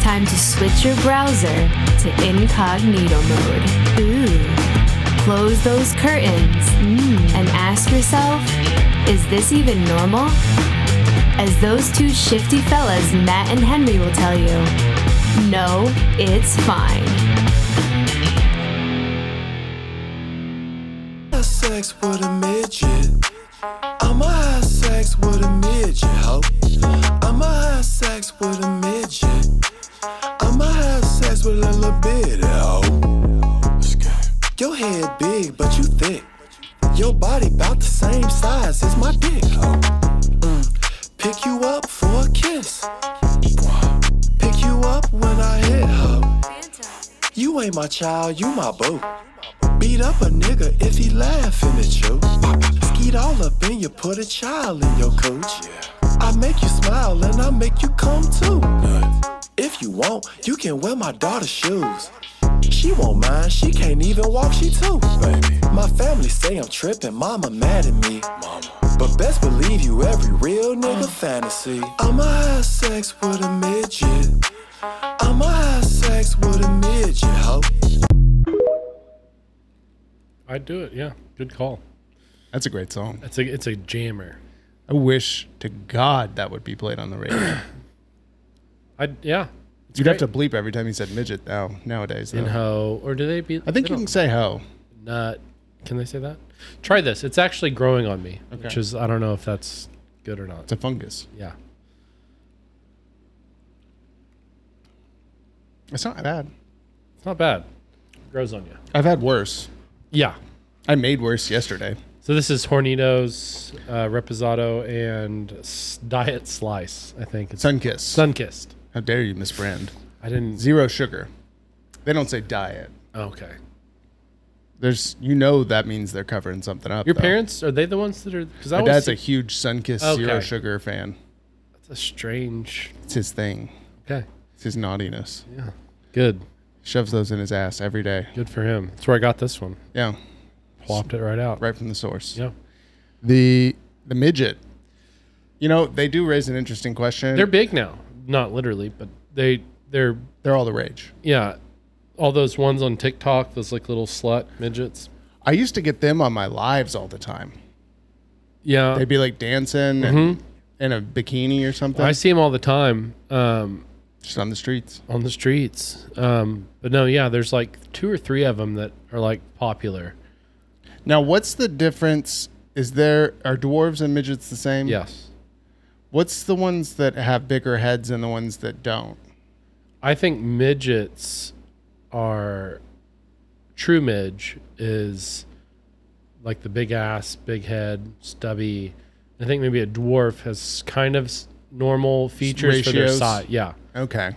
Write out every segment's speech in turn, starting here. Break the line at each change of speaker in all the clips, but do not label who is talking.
time to switch your browser to incognito mode. Ooh. Close those curtains and ask yourself, is this even normal? As those two shifty fellas, Matt and Henry, will tell you, no, it's fine.
Had sex with a midget. I'ma have sex with a midget, ho. I'ma have sex with a midget. I'ma have sex with a little bit, ho. Your head big, but you thick. Your body about the same size as my dick, ho. Mm. Pick you up for a kiss. Pick you up when I hit, ho. You ain't my child, you my boo. Beat up a nigga if he laughing at you. Skeet all up in you, put a child in your cooch. I make you smile and I make you come too. If you want, you can wear my daughter's shoes. She won't mind, she can't even walk, she too. My family say I'm tripping, mama mad at me. But best believe you every real nigga fantasy. I'ma have sex with a midget. I'ma have sex with a midget, ho.
I'd do it. Yeah, good call.
That's a great song.
That's a it's a jammer.
I wish to God that would be played on the radio.
I yeah. It's
You'd
great.
have to bleep every time you said midget now nowadays.
in
though.
ho or do they be?
I think you can say ho.
not. Can they say that? Try this. It's actually growing on me, which is I don't know if that's good or not.
It's a fungus.
Yeah.
It's not bad.
It's not bad. grows on you.
I've had worse.
Yeah.
I made worse yesterday.
So this is Hornitos, uh, Reposado, and S- Diet Slice. I think it's
Sunkiss.
Sunkissed.
How dare you misbrand?
I didn't. oh,
Zero sugar. They don't say diet.
Okay.
There's, you know, that means they're covering something up.
Your
though.
parents are they the ones that are? Because I
Oh. My
was
dad's a
that's
huge Sunkiss
Okay.
zero sugar fan.
a strange.
It's his thing.
Okay.
It's his naughtiness.
Yeah. Good.
Shoves those in his ass every day.
Good for him. That's where I got this one.
Yeah,
Plopped it right out.
right from the source.
Yeah.
The the midget. You know, they do raise an interesting question.
They're big now. Not literally, but they they're
They're all the rage.
yeah. All those ones on TikTok, those like little slut midgets.
I used to get them on my lives all the time.
Yeah.
They'd be like dancing and in a bikini or something,
Mm-hmm. I see them all the time. Um,
just on the streets.
on the streets. Um, but no, yeah, there's like two or three of them that are like popular.
Now, what's the difference? Is there are dwarves and midgets the same?
Yes.
What's the ones that have bigger heads and the ones that don't?
I think midgets are true midge is like the big ass, big head, stubby. I think maybe a dwarf has kind of s- normal features for their
Ratios.
size. Yeah.
Okay.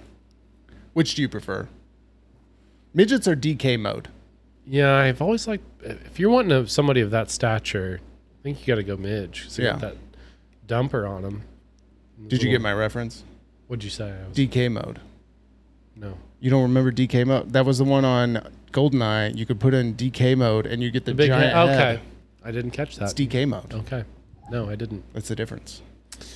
Which do you prefer? Midgets are DK mode.
Yeah, I've always liked if you're wanting a, somebody of that stature, I think you got to go midge. So yeah.
Yeah.
that dumper on them.
Did you get my reference?
What'd you say? I was,
DK mode.
no.
You don't remember DK mode? That was the one on Goldeneye. You could put in DK mode and you get the,
Big
giant
head. Okay. Oh.
head.
I didn't catch that.
It's DK mode.
okay. No, I didn't.
That's the difference.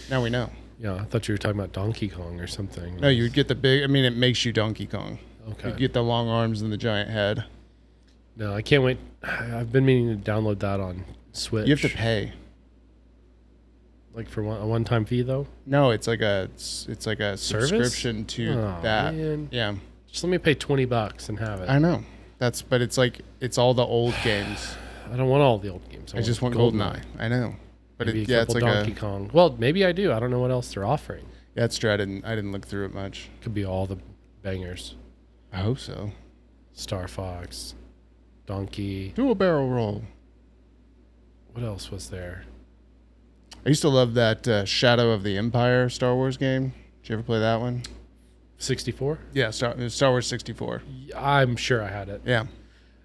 Now we know.
Yeah, I thought you were talking about Donkey Kong or something.
No, you would get the big. I mean, it makes you Donkey Kong.
Okay.
You get the long arms and the giant head.
No, I can't wait. I've been meaning to download that on Switch.
You have to pay.
like for one, a one-time fee though.
No, it's like a it's, it's like a
Service?
subscription to
Oh,
that.
man.
Yeah,
Just let me pay twenty bucks and have it.
I
I,
know. That's but it's like it's all the old games.
don't want all the old games.
I just want Goldeneye. I know. But
Maybe
it,
a
yeah, it's
couple
like
Donkey
a
Kong. Well, maybe I do. I don't know what else they're offering.
yeah, it's true. I didn't I didn't look through it much.
Could be all the bangers:
I hope so.
Star Fox, Donkey.
Do a barrel roll.
What else was there?
I used to love that uh, Shadow of the Empire Star Wars game. Did you ever play that one?
Sixty-four.
Yeah, Star, it was Star Wars 64.
I'm sure I had it.
Yeah.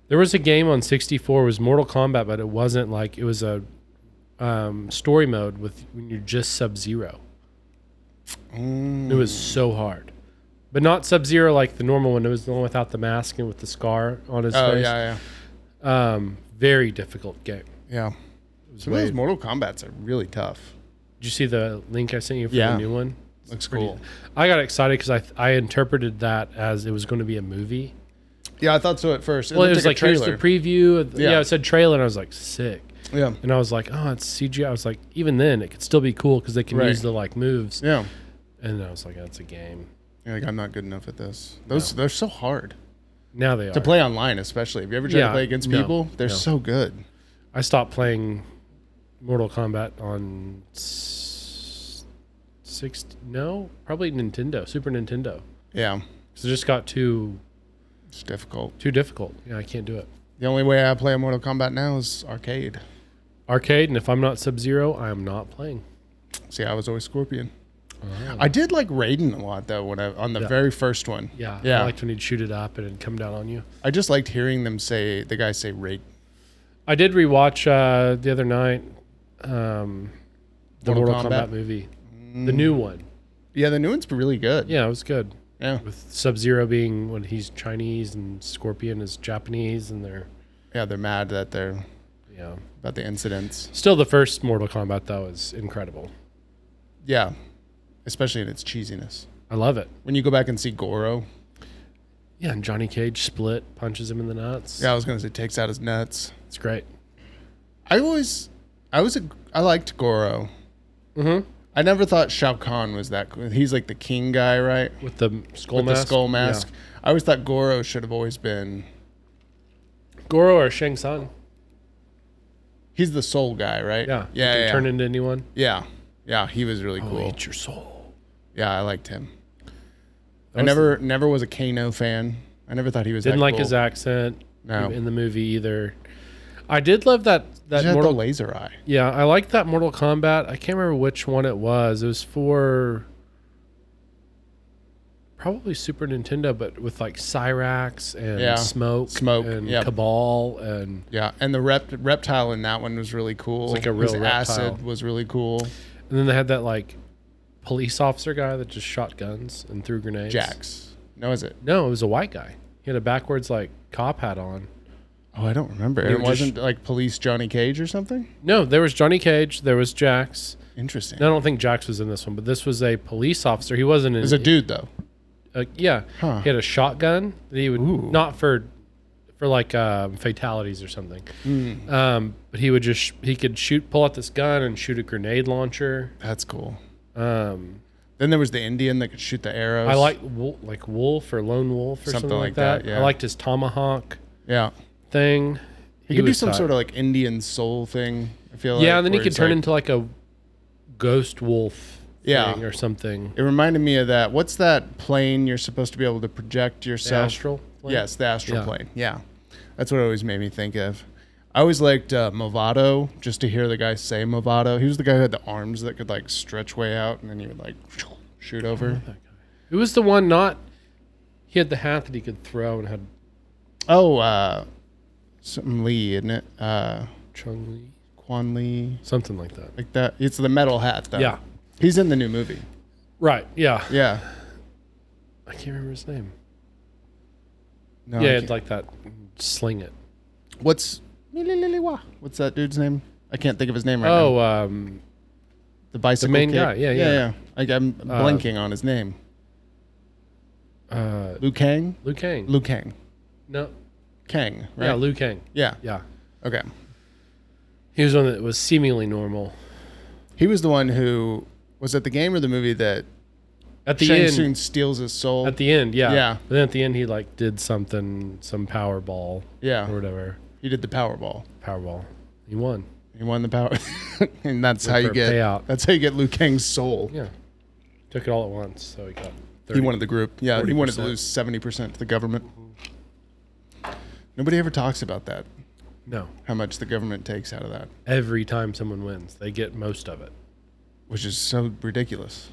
There was a game on 64 it was Mortal Kombat, but it wasn't like it was a um, story mode with when you're just Sub Zero. It
Mm.
was so hard, but not Sub Zero like the normal one. It was the one without the mask and with the scar on his
Oh,
face.
yeah, yeah.
Um, very difficult game.
Yeah. Some of
way-
those Mortal Kombat's are really tough.
Did you see the link I sent you for
Yeah.
the new one?
Looks
pretty-
cool.
I got excited because I th- I interpreted that as it was going to be a movie.
Yeah, I thought so at first.
Well, it
looked
was like,
a
here's the
trailer.
preview. of-
Yeah.
yeah, it said trailer, and I was like, sick.
yeah,
And I was like, oh, it's CGI. I was like, even then, it could still be cool because they can
Right.
use the like moves.
yeah.
And I was like, that's a game.
You're like I'm not good enough at this. Those they're so hard
Now they are.
to play online, especially. Have you ever tried to
Yeah,
play against
no,
people? They're
no.
so good.
I stopped playing Mortal Kombat on s- six. No, probably Nintendo, Super Nintendo.
Yeah,
'Cause it just got too
it's difficult.
too difficult. Yeah, I can't do it.
The only way I play Mortal Kombat now is arcade.
Arcade, and if I'm not Sub Zero, I am not playing.
See, I was always Scorpion. I did like Raiden a lot though when I, on the
Oh. Yeah.
very first one.
Yeah,
yeah.
I liked when he'd shoot it up and it'd come down on you.
I just liked hearing them say the guy say Raiden.
I did rewatch uh, the other night um, the
Mortal
Mortal,
Kombat? Mm.
Kombat, movie, the new one.
Yeah, the new one's really good.
Yeah, it was good.
yeah,
With Sub Zero being when he's Chinese and Scorpion is Japanese, and they're
yeah. They're mad that they're
yeah.
about the incidents.
Still, the first Mortal Kombat though is incredible.
Yeah, especially in its cheesiness.
I love it.
When you go back and see Goro,
Yeah, and Johnny Cage split punches him in the nuts.
yeah, I was gonna say takes out his nuts.
it's great.
I always, I was, a, I liked Goro.
Mhm.
I never thought Shao Kahn was that. cool. He's like the king guy, right?
With the skull
With
mask.
the skull mask. I always thought Goro should have always been.
Yeah. Goro or Shang Tsung.
He's the soul guy, right?
Yeah. You
yeah,
can
yeah.
Turn into anyone.
yeah, yeah. He was really cool.
Eat your soul.
yeah, I liked him.
That
I
was-
never, never was a Kano fan. I never thought he was
didn't
that
like
cool.
his accent
No.
in the movie either. I did love that
He
that
had the
Mortal
laser eye.
Yeah, I like that Mortal Kombat. I can't remember which one it was. It was for probably Super Nintendo, but with like Cyrax and
Yeah.
Smoke,
Smoke,
and
yep.
Cabal, and
Yeah, and the rep, reptile in that one was really cool.
like a
His
real
acid
reptile.
was really cool.
and then they had that like police officer guy that just shot guns and threw grenades.
Jax. No, is it?
No, it was a white guy. He had a backwards like cop hat on.
Oh, I don't remember.
They
It
were just-
wasn't like police Johnny Cage or something.
No, there was Johnny Cage. There was Jax.
Interesting.
And I don't think Jax was in this one, but this was a police officer. He wasn't in.
There's a dude though.
uh, yeah
Huh.
he had a shotgun that he would
Ooh.
not for for like um, fatalities or something
Hmm.
um, but he would just he could shoot pull out this gun and shoot a grenade launcher
That's cool.
um,
Then there was the Indian that could shoot the arrows.
i like Wol- like wolf or lone wolf or something, like that,
yeah.
i liked his tomahawk
Yeah.
thing
He, could do some sort of like Indian soul thing. I feel like.
yeah and then he
where
could
he's
turn
like-
into like a ghost wolf
Yeah.
thing or something
It reminded me of that. What's that plane you're supposed to be able to project
The
yourself?
astral plane?
Yes, the astral
Yeah.
plane. Yeah, that's what it always made me think of. I always liked uh, Movado just to hear the guy say Movado. He was the guy who had the arms that could like stretch way out, and then he would like shoot over.
it was the one not he had the hat that he could throw and had
Oh, uh, something Lee, isn't it? Uh,
chung li
Quan Lee,
something like that
like that. It's the metal hat though.
Yeah.
he's in the new movie.
right yeah
Yeah.
I can't remember his name.
No, I
yeah,
can't-
it's like that. Sling it.
what's what's that dude's name? I can't think of his name right now.
Oh, um,
The bicycle
main
kick?
guy, yeah,
yeah.
yeah.
Like I'm blanking on his name.
uh,
Liu Kang.
Liu Kang.
Liu Kang.
no,
Kang. Right?
yeah, Liu Kang.
yeah.
Yeah,
Okay.
he was one that was seemingly normal.
He was the one who was at the game or the movie that
At the
Shang
end,
Tsung steals his soul.
at the end, yeah,
Yeah.
But then at the end, he like did something, some power ball,
yeah.
or whatever,
He did the Powerball.
power ball. He won.
He won the power, and that's how
for
you
a
get.
payout.
That's how you get Liu Kang's soul.
Yeah, took it all at once, so he got. 30.
He wanted the group. Yeah, he wanted to
40%.
lose seventy percent to the government. Nobody ever talks about that.
no.
How much the government takes out of that,
Every time someone wins, they get most of it.
which is so ridiculous.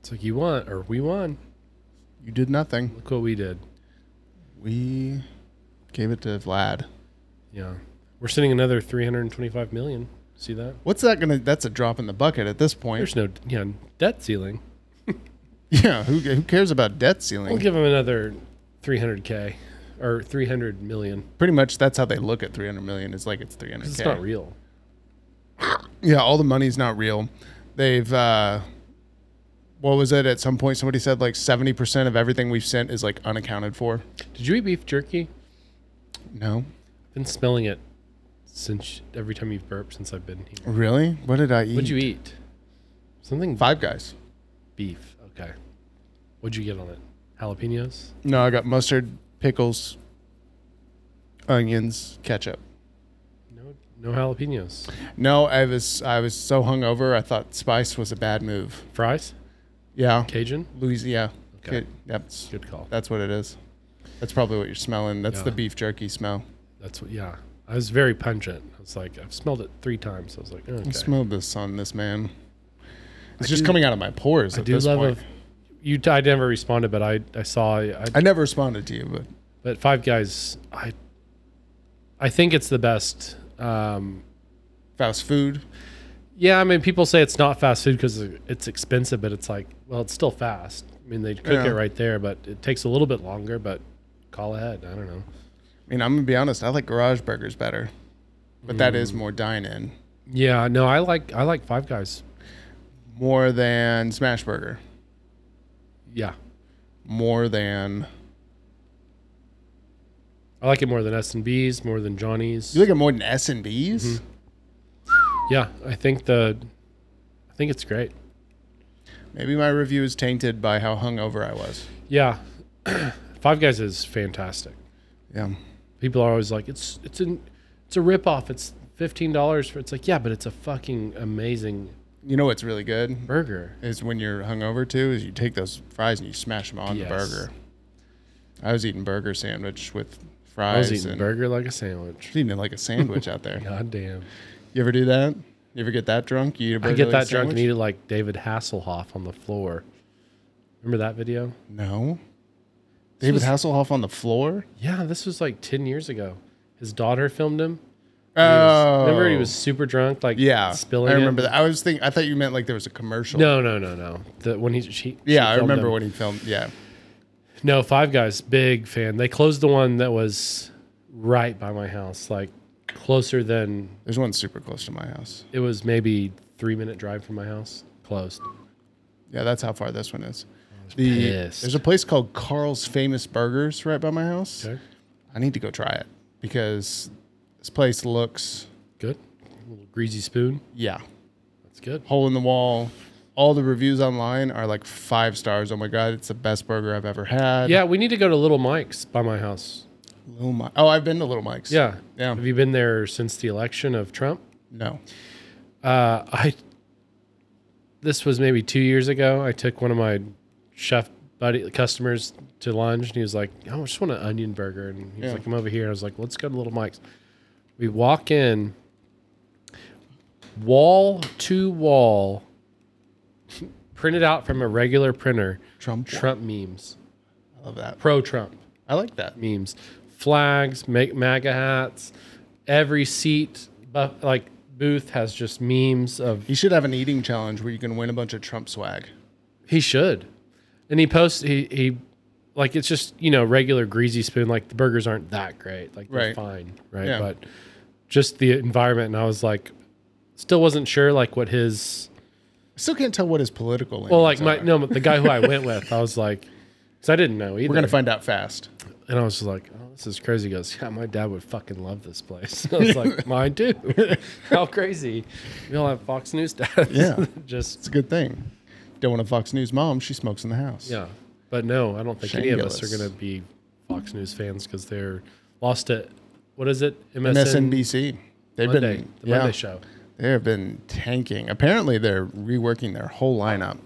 It's like you won or we won.
You did nothing.
Look what we did.
We gave it to Vlad.
Yeah, we're sending another three hundred and twenty-five million. See that?
What's that gonna? That's a drop in the bucket at this point.
There's no yeah debt ceiling.
Yeah, who, who cares about debt
We'll
ceiling?
give them another 300k or 300 million.
Pretty much, that's how they look at three hundred million. It's like it's three hundred.
It's not real.
Yeah, all the money's not real. They've uh, what was it? At some point, somebody said like seventy percent of everything we've sent is like unaccounted for.
Did you eat beef jerky?
No,
I've been smelling it since every time you've burped since I've been here.
really? What did I eat?
What'd you eat? Something
Five Guys.
beef. Okay. What'd you get on it? Jalapenos?
No, I got mustard, pickles, onions, ketchup.
No, no jalapenos.
No, I was I was so hungover. I thought spice was a bad move.
Fries?
Yeah,
Cajun?
Louisiana.
Okay.
Good. That's
Good call.
that's what it is. That's probably what you're smelling. That's the
Yeah.
beef jerky smell.
That's what. Yeah, I was very pungent. I was like, I've smelled it three times. I was like, okay.
I smelled this on this man. It's just coming out of my pores.
I
at
do
this
love
point.
a. You, t- I never responded, but I, I saw. I,
I never responded to you, but
but Five Guys, I, I think it's the best. Um,
fast food.
yeah, I mean, people say it's not fast food because it's expensive, but it's like, well, it's still fast. I mean, they cook
Yeah.
it right there, but it takes a little bit longer. But call ahead. I don't know.
I mean, I'm gonna be honest. I like garage burgers better, but that
Mm.
is more dine-in
Yeah, no, I like I like Five Guys.
more than smash burger,
Yeah,
more than
I like it more than S and B's, more than Johnny's.
you like it more than S and B's.
Yeah, I think the, I think it's great.
Maybe my review is tainted by how hungover I was.
Yeah, Five Guys is fantastic.
Yeah.
People are always like, it's it's an it's a rip off. It's fifteen dollars for. It's like yeah, but it's a fucking amazing
You know what's really good
burger.
is when you're hungover too. Is you take those fries and you smash them on
Yes.
the burger. I was eating burger sandwich with fries.
I was eating
and
burger like a sandwich.
I was eating it like a sandwich out there.
God damn.
You ever do that? You ever get that drunk? You eat a burger
I get
like
that
a
drunk and
sandwich?
eat it like David Hasselhoff on the floor. Remember that video?
No. David
was-
Hasselhoff on the floor.
Yeah, this was like ten years ago. His daughter filmed him.
Oh,
He was- remember he was super drunk, like
yeah.
spilling.
I
it?
remember that. I was thinking. I thought you meant like there was a commercial.
No, no, no, no. The, when he she,
Yeah,
she
I
filmed
remember
him.
when he filmed. Yeah.
No, Five Guys, big fan. They closed the one that was right by my house, like closer than
There's one super close to my house.
it was maybe three minute drive from my house. Closed.
Yeah, that's how far this one is. The,
pissed.
there's a place called Carl's Famous Burgers right by my house.
Okay.
I need to go try it because this place looks,
Good. little greasy spoon.
yeah,
That's good.
hole in the wall. All the reviews online are like five stars. Oh my god, it's the best burger I've ever had.
Yeah, we need to go to Little Mike's by my house.
Little Mi- oh, I've been to Little Mike's.
Yeah.
Yeah.
Have you been there since the election of Trump?
No.
Uh, I this was maybe two years ago. I took one of my chef buddy customers to lunch, and he was like, "Oh, "I just want an onion burger," and he was
Yeah.
like, "Come over here." I was like, "Let's go to Little Mike's." We walk in, wall to wall, printed out from a regular printer,
Trump.
Trump memes,
I love that.
pro Trump
I like that.
memes, flags, make MAGA hats. Every seat, but like booth, has just memes of
You should have an eating challenge where you can win a bunch of Trump swag.
He should. And he posts he he like it's just, you know, regular greasy spoon. Like the burgers aren't that great. Like they're
Right.
fine. Right.
Yeah.
But just the environment and I was like still wasn't sure like what his
I still can't tell what his political.
well like my
leanings are.
no but the guy who I went with, I was like because I didn't know either.
We're gonna find out fast.
and I was just like, oh, this is crazy. He goes, yeah, my dad would fucking love this place. I was like, mine too. How crazy. We all have Fox News dads.
Yeah.
just,
It's a good thing. Don't want a Fox News mom. She smokes in the house.
Yeah, but no, I don't think any of us
Shameless.
are going to be Fox News fans because they're lost to what is it? MSN
MSNBC. They've
Monday,
been
the
yeah,
Monday show.
They have been tanking. Apparently, they're reworking their whole lineup,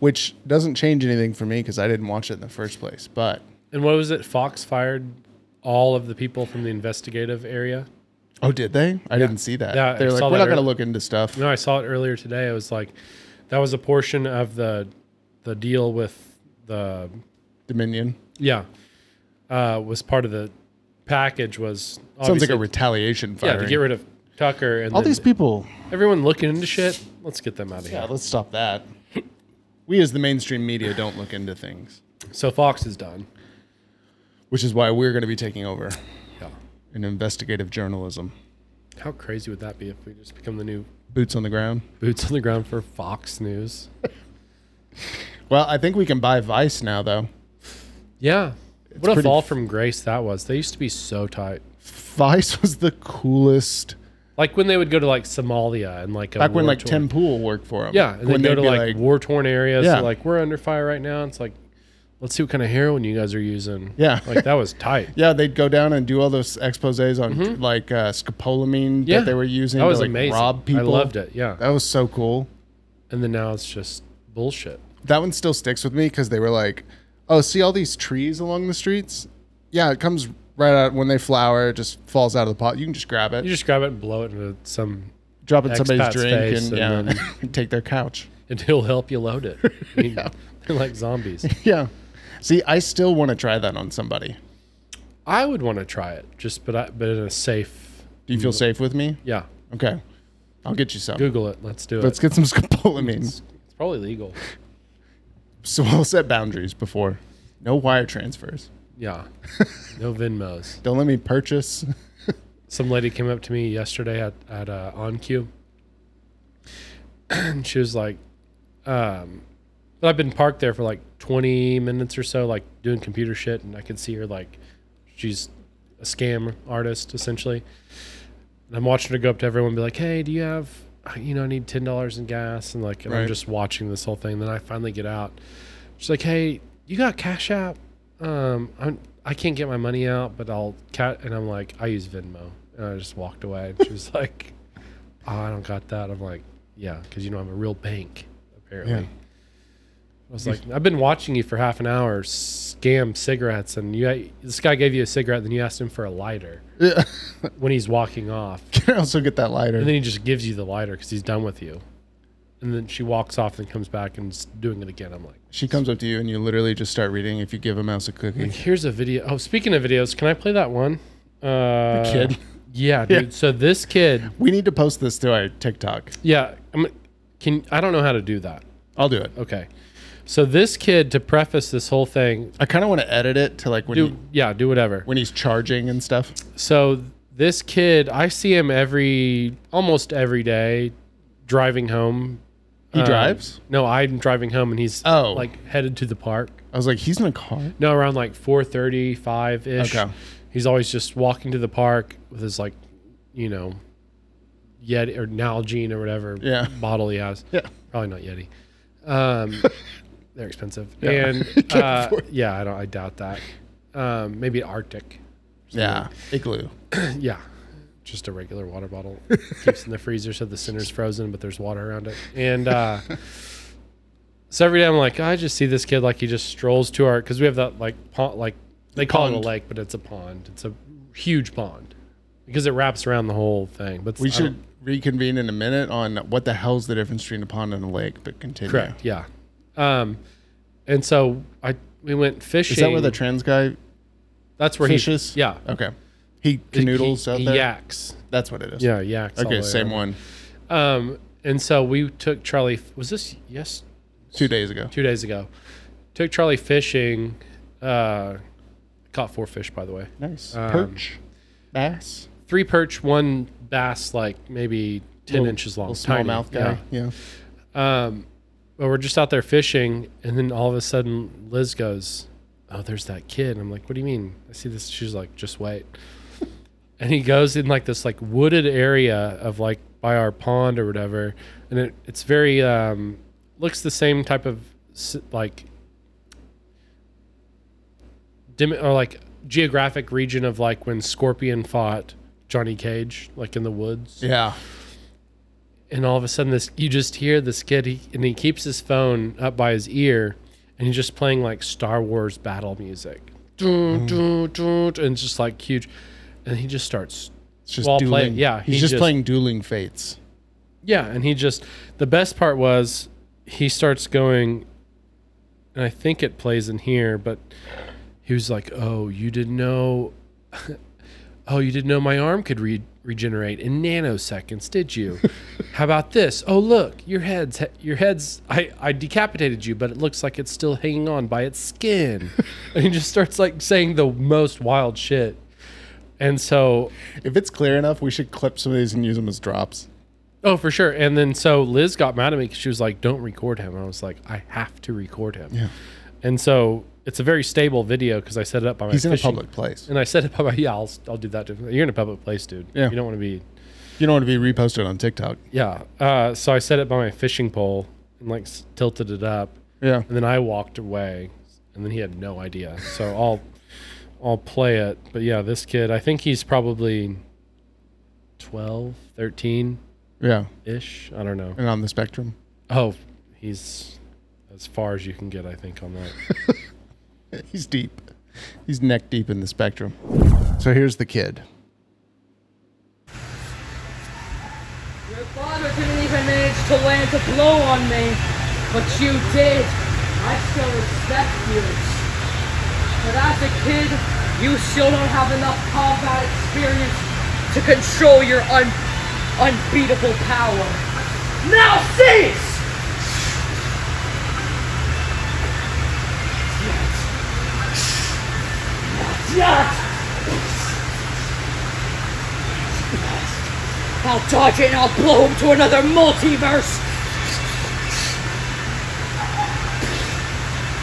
which doesn't change anything for me because I didn't watch it in the first place. But
And what was it? Fox fired all of the people from the investigative area.
oh, did they? I didn't see that.
Yeah, I
they're like,
saw
we're
that
not going to
earlier."
look into stuff.
No, I saw it earlier today. I was like, that was a portion of the the deal with the
Dominion
yeah uh, was part of the package was
sounds like a
obviously-
retaliation
yeah
firing.
to get rid of Tucker and
All these
people
people.
everyone looking into shit. Let's get them out of here.
Yeah, let's stop that. We as the mainstream media don't look into things,
So Fox is done.
which is why we're going to be taking over
Yeah.
in investigative journalism.
How crazy would that be if we just become the new
Boots on the ground.
boots on the ground for Fox News?
Well, I think we can buy Vice now, though.
Yeah. what a
pretty-
fall from grace that was. They used to be so tight.
Vice was the coolest.
Like when they would go to like Somalia and like a
Back when
war
like
torn-
Tim Pool worked for him.
Yeah, and
when
they go
they'd
to
be
like, war torn areas.
Yeah.
Yeah. Like we're under fire right now. It's like, let's see what kind of heroin you guys are using.
Yeah.
like that was tight.
yeah, they'd go down and do all those exposés on like uh, scopolamine
Mm-hmm. Yeah.
that they were using
That was
to like
amazing.
rob people.
I loved it. Yeah,
That was so cool.
and then now it's just bullshit.
That one still sticks with me because they were like, "Oh, see all these trees along the streets? Yeah, it comes right out when they flower. It just falls out of the pot. You can just grab it,
You just grab it and blow it into some,
drop it in somebody's
expat's
drink,
face
and,
and
yeah, take their couch.
and he'll help you load it. I mean, They're like zombies.
Yeah. See, I still want to try that on somebody.
I would want to try it, just but I, but in a safe.
Do you feel safe with me?
Yeah,
Okay, I'll get you some.
Google it. Let's do it.
Let's get some scopolamine.
it's, it's probably legal.
So we'll set boundaries before. No wire transfers.
Yeah, no Venmos.
Don't let me purchase.
some lady came up to me yesterday at at uh, on cue and she was like um but i've been parked there for like 20 minutes or so like doing computer shit and i could see her like she's a scam artist essentially and i'm watching her go up to everyone and be like hey do you have you know i need $10 in gas and like and
Right.
i'm just watching this whole thing then i finally get out she's like hey you got cash app um, I'm, I can't get my money out, but I'll cat. And I'm like, I use Venmo. And I just walked away. And she was like, oh, I don't got that. I'm like, yeah, because you don't have a real bank, apparently.
Yeah.
I was like, I've been watching you for half an hour scam cigarettes, and you this guy gave you a cigarette, then you asked him for a lighter
Yeah.
when he's walking off,
Can I also get that
and
lighter?
then he just gives you the lighter because he's done with you, and then she walks off and comes back and is doing it again. I'm like,
She comes up to you and you literally just start reading if you give a mouse a cookie.
Here's a video. Oh, speaking of videos, can I play that one? Uh, the
kid?
Yeah, dude.
Yeah.
So this kid.
We need to post this to our TikTok.
Yeah. I'm, can I don't know how to do that.
I'll do it.
Okay. So this kid, to preface this whole thing,
I kind of want to edit it to like when
do
he,
yeah, do whatever.
when he's charging and stuff.
So this kid, I see him every almost every day, driving home.
He
Um,
drives.
No, I'm driving home, and he's
Oh.
like headed to the park.
I was like, he's in a car.
No, around like 4:30, 5 ish.
Okay.
He's always just walking to the park with his like, you know, Yeti or Nalgene or whatever
Yeah.
bottle he has.
Yeah.
Probably not Yeti. Um, they're expensive.
Yeah.
And
Can't
uh,
afford-
yeah, I don't. I doubt that. Um, maybe Arctic.
Yeah, igloo.
Yeah. Just a regular water bottle. Keeps in the freezer so the center's frozen, but there's water around it. And uh, so every day I'm like, I just see this kid like he just strolls to our because we have that like pond, like they call it
Pond.
a lake, but it's a pond. It's a huge pond because it wraps around the whole thing. But
We
I
should
don't-
reconvene in a minute on what the hell's the difference between a pond and a lake. But continue.
correct, yeah. Um, and so I we went fishing.
Is that where the trans guy
that's where
fishes?
he yeah
Okay. He
He-
canoodles
he,
out
he
there.
yaks
That's what it is.
yeah yaks all
Okay,
the way
same
around.
one.
Um, and so we took Charlie. Was this yes?
Two days ago.
two days ago. Took Charlie fishing. Uh, caught four fish, by the way.
Nice.
Um,
Perch. Bass.
Three perch, one bass, like maybe ten inches long.
Little
tiny,
smallmouth guy.
yeah.
Yeah.
But we're just out there fishing, and then all of a sudden, Liz goes, "Oh, there's that kid." And I'm like, "What do you mean?" I see this. She's like, "Just wait." and he goes in like this like wooded area of like by our pond or whatever, and it, it's very um, looks the same type of s- like dim or like geographic region of like when Scorpion fought Johnny Cage, like in the woods
Yeah.
and all of a sudden this you just hear this kid he, and he keeps his phone up by his ear and he's just playing like star wars battle music Dun, dun, dun, and it's just like huge and he just starts
It's just
While
dueling.
playing- yeah,
He's
he
just
just-
playing dueling fates.
yeah and he just the best part was he starts going and i think it plays in here but he was like oh you didn't know oh you didn't know my arm could re- regenerate in nanoseconds did you how about this oh look your head's your head's I, I decapitated you but it looks like it's still hanging on by its skin and he just starts like saying the most wild shit and so
If it's clear enough, we should clip some of these and use them as drops.
Oh, for sure. And then so Liz got mad at me because she was like, "Don't record him." And I was like, "I have to record him."
Yeah.
And so it's a very stable video because I set it up by my.
He's in a
fishing-
public place.
And I set it up by my. Yeah, I'll, I'll do that. To, you're in a public place, dude.
Yeah.
You don't want to be.
You don't want to be reposted on TikTok.
Yeah. Uh, so I set it by my fishing pole and like s- tilted it up,
Yeah.
and then I walked away, and then he had no idea. So I'll, I'll play it. But yeah, this kid, I think he's probably 12, 13
Yeah.
ish. I don't know.
And on the spectrum.
Oh, he's as far as you can get, I think, on that.
He's deep. He's neck deep in the spectrum. So here's the kid.
Your father didn't even manage to land a blow on me, but you did. I still respect you. But as a kid, you still don't have enough combat experience to control your un- unbeatable power. Now cease! Not yet! Not yet! I'll dodge it and I'll blow him to another multiverse!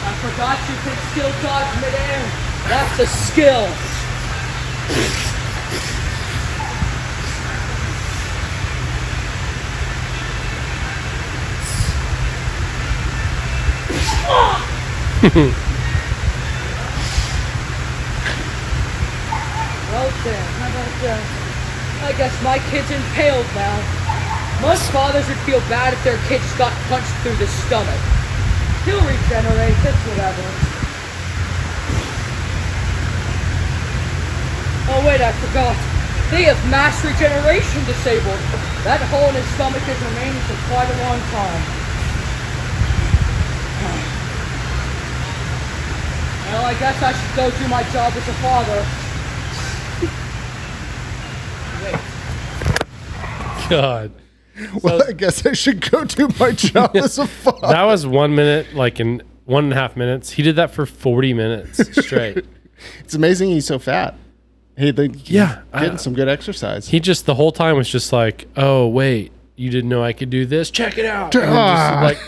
I forgot you can still dodge midair. That's a skill. well then, how about that? I guess my kid's impaled now. Most fathers would feel bad if their kids got punched through the stomach. He'll regenerate, that's whatever. Oh wait, I forgot. They have mass regeneration disabled. That hole in his stomach is remaining for quite a long time. Well, I guess I should go do my job as a father. Wait.
God.
Well, I guess I should go do my job as a father.
That was one minute, like in one and a half minutes. He did that for 40 minutes straight.
It's amazing he's so fat. Hey, they,
Yeah, I-
getting some good exercise.
he just, the whole time was just like, oh, wait, you didn't know I could do this? Check it out. And
Ah.
then just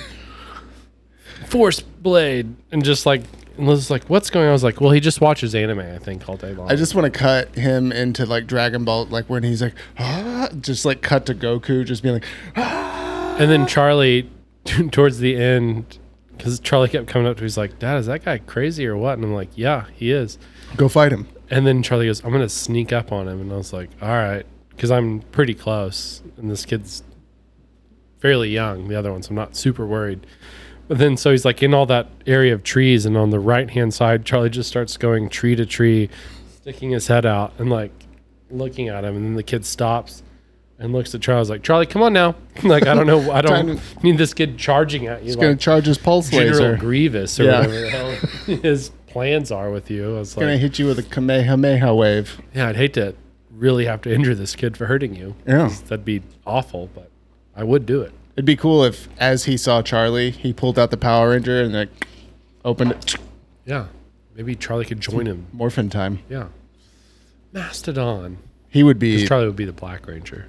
like, force blade. And just like, and Liz was like, what's going on? I was like, well, he just watches anime, I think, all day long.
I just want to cut him into like Dragon Ball, like when he's like, ah, just like cut to Goku, just being like, ah.
and then Charlie, towards the end, because Charlie kept coming up to me, he's like, Dad, is that guy crazy or what? And I'm like, yeah, he is.
go fight him.
And then Charlie goes, I'm going to sneak up on him. And I was like, all right, because I'm pretty close. And this kid's fairly young, the other one. So I'm not super worried. But then, so he's like in all that area of trees. And on the right hand side, Charlie just starts going tree to tree, sticking his head out and like looking at him. And then the kid stops and looks at Charlie. I was like, Charlie, come on now. like, I don't know. I
Time
don't
to-
need this kid charging at you.
He's gonna
like
charge his pulse
General
laser.
Grievous or
Yeah.
whatever the hell his plans are with you. I was like,
gonna hit you with a Kamehameha wave.
yeah, I'd hate to really have to injure this kid for hurting you.
Yeah.
'Cause That'd be awful, but I would do it.
It'd be cool if, as he saw Charlie, he pulled out the Power Ranger and like opened it.
Yeah. Maybe Charlie could join him.
Morphin time.
Yeah. Mastodon.
He would be.
Because Charlie would be the Black Ranger.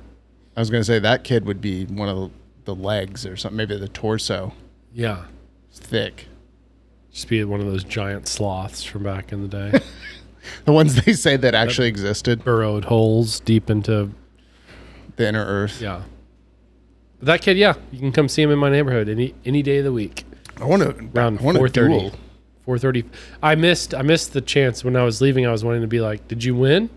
I was gonna say that kid would be one of the legs or something, maybe the torso.
Yeah.
It's thick.
Just be one of those giant sloths from back in the day.
The ones they say that actually existed,
Burrowed holes deep into.
the inner Earth.
Yeah. But that kid, yeah. You can come see him in my neighborhood any any day of the week.
I want to
around four thirty. Four thirty. I missed. I missed the chance when I was leaving. I was wanting to be like, "Did you win?"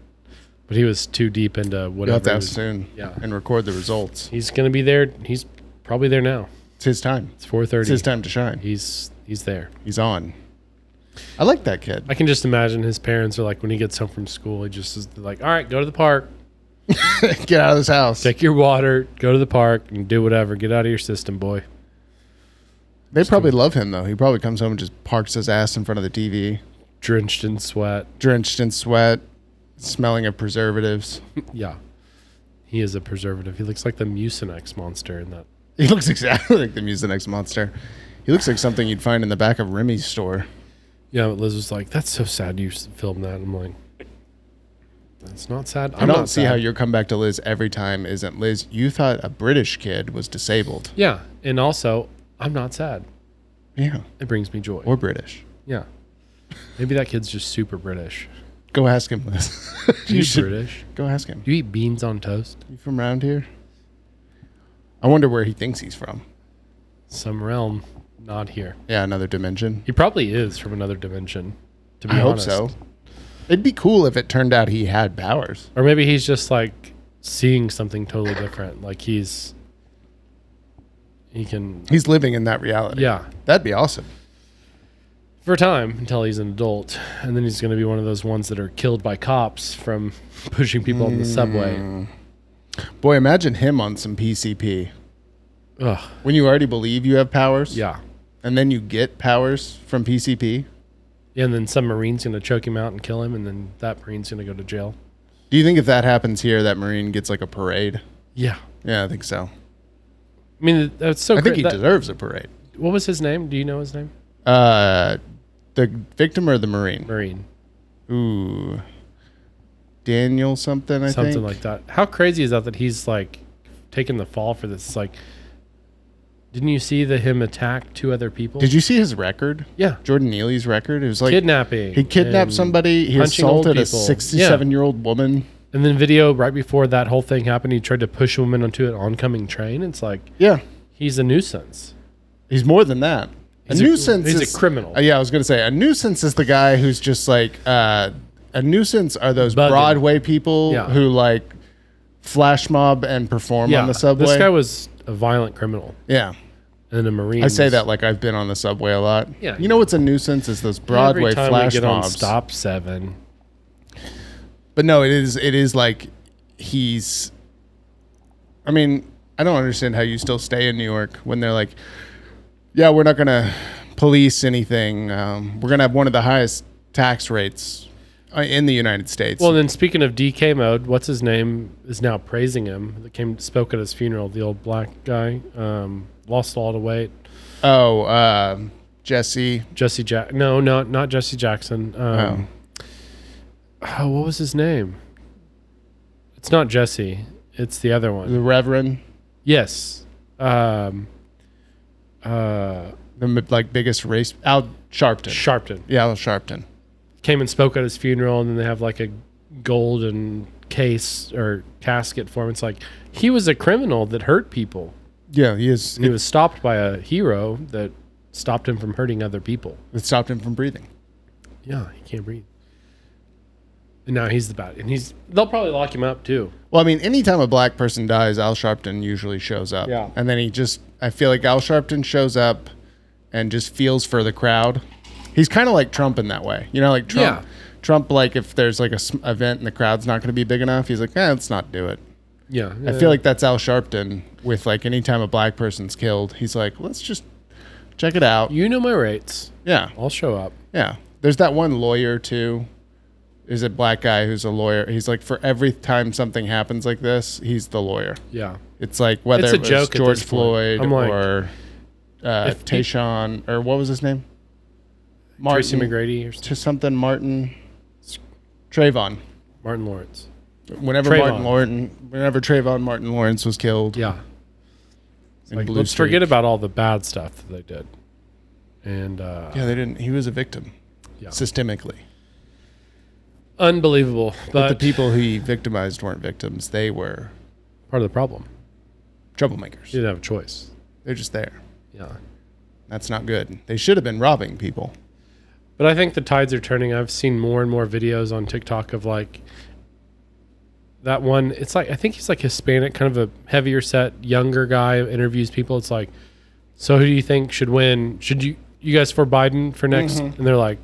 But he was too deep into
You'll have
whatever.
to
it
ask
was.
soon
Yeah.
and record the results.
He's gonna be there. He's probably there now.
It's his time.
It's four
It's
thirty.
his time to shine.
He's he's there.
He's on. I like that kid.
I can just imagine his parents are like when he gets home from school. He just is like, "All right, go to the park.
Get out of this house.
Take your water. Go to the park and do whatever. Get out of your system, boy."
They probably love him though. He probably comes home and just parks his ass in front of the TV,
Drenched in sweat.
drenched in sweat, smelling of preservatives.
Yeah. He is a preservative. He looks like the Mucinex monster in that.
He looks exactly like the Mucinex monster. He looks like something you'd find in the back of Remy's store.
Yeah, but Liz was like, "That's so sad you s- filmed that." I'm like, It's not sad. I'm
I don't
not
see
sad.
how your comeback to Liz every time isn't Liz. You thought a British kid was disabled.
Yeah, and also I'm not sad.
Yeah.
It brings me joy.
Or British.
yeah, maybe that kid's just super British.
Go ask him, Liz.
You
should-
British?
Go ask him.
Do you eat beans on toast?
You from around here? I wonder where he thinks he's from.
Some realm, not here.
Yeah, another dimension.
He probably is from another dimension. To be
I hope
honest.
so. It'd be cool if it turned out he had powers.
Or maybe he's just like seeing something totally different. Like he's he can
He's living in that reality.
yeah
That'd be awesome.
for a time until he's an adult, and then he's going to be one of those ones that are killed by cops from pushing people on the
Mm.
subway.
Boy, imagine him on some PCP.
Ugh.
When you already believe you have powers.
Yeah.
And then you get powers from PCP.
And then some marine's going to choke him out and kill him, and then that marine's going to go to jail.
Do you think if that happens here, that Marine gets like a parade?
Yeah.
Yeah, I think so.
I mean, that's so.
I think
cra-
he
that-
deserves a parade.
What was his name? Do you know his name?
Uh, the victim or the Marine?
Marine.
Ooh, Daniel something. I
something
think.
like that. How crazy is that that he's like taking the fall for this? It's Like, didn't you see the him attack two other people?
Did you see his record?
Yeah,
Jordan Neely's record. It was like
kidnapping.
He kidnapped
and-
somebody. He
punching old
assaulted a
people. Yeah.
sixty-seven-year-old woman.
And then video right before that whole thing happened, he tried to push a woman onto an oncoming train. It's like
Yeah,
he's a nuisance.
he's more than that. A
He's a-
nuisance.
he's a
is-
criminal.
Uh, yeah, I was gonna say a nuisance is the guy who's just like uh, a nuisance are those
Bugging.
Broadway people
Yeah.
who like flash mob and perform on the subway.
This guy was a violent criminal
yeah.
and a marine.
I say
was-
that like I've been on the subway a lot.
Yeah,
You know what's a nuisance is those Broadway
every time
flash
we get on
mobs.
stop seven.
But no, it is it is like he's I mean, I don't understand how you still stay in New York when they're like yeah, we're not going to police anything. Um, we're going to have one of the highest tax rates uh, in the United States.
Well, then speaking of DK mode, what's his name is now praising him. That came spoke at his funeral. The old black guy um, lost a lot of weight.
oh, um Jesse.
Jesse Jack. No, no, not Jesse Jackson. Um, oh. what was his name? It's not Jesse. It's the other
The
one.
Reverend,
Yes. Um, uh,
the m- like biggest race Al Sharpton.
Sharpton
yeah, Al Sharpton.
came and spoke at his funeral, and then they have like a golden case or casket for him. It's like he was a criminal that hurt people.
Yeah, he is
And he was stopped by a hero that stopped him from hurting other people.
it stopped him from breathing.
Yeah, he can't breathe. And now he's the bad, and he's they'll probably lock him up too.
Well, I mean, anytime a black person dies, Al Sharpton usually shows up.
Yeah.
And then he just, I feel like Al Sharpton shows up and just feels for the crowd. He's kind of like Trump in that way. You know, like Trump,
Yeah.
Trump, like if there's like a s- event and the crowd's not going to be big enough, he's like, eh, let's not do it.
Yeah,
I feel like that's Al Sharpton with like anytime a black person's killed, he's like, let's just check it out.
you know my rates.
Yeah.
I'll show up.
Yeah. There's that one lawyer too. Is a black guy who's a lawyer. He's like for every time something happens like this, he's the lawyer.
Yeah,
It's like whether
It's a
it was
joke at
George
this point.
Floyd
I'm like,
or uh,
if peop-
Tayshawn or what was his name?
Tracy
Martin-
McGrady or s-
To something Martin. Trayvon.
Martin Lawrence.
Whenever
Trayvon.
Martin Lawrence, whenever Trayvon Martin Lawrence was killed,
Yeah,
in
like,
Blue
let's
Streak.
forget about all the bad stuff that they did. And uh,
Yeah, they didn't. He was a victim,
Yeah.
systemically.
unbelievable, but,
But the people who he victimized weren't victims; they were
part of the problem.
troublemakers.
He didn't have a choice.
They're just there.
Yeah,
That's not good. They should have been robbing people.
but I think the tides are turning. I've seen more and more videos on TikTok of like that one. It's like I think he's like Hispanic, kind of a heavier set, younger guy interviews people. It's like, so who do you think should win? Should you you guys for Biden for next? And they're like,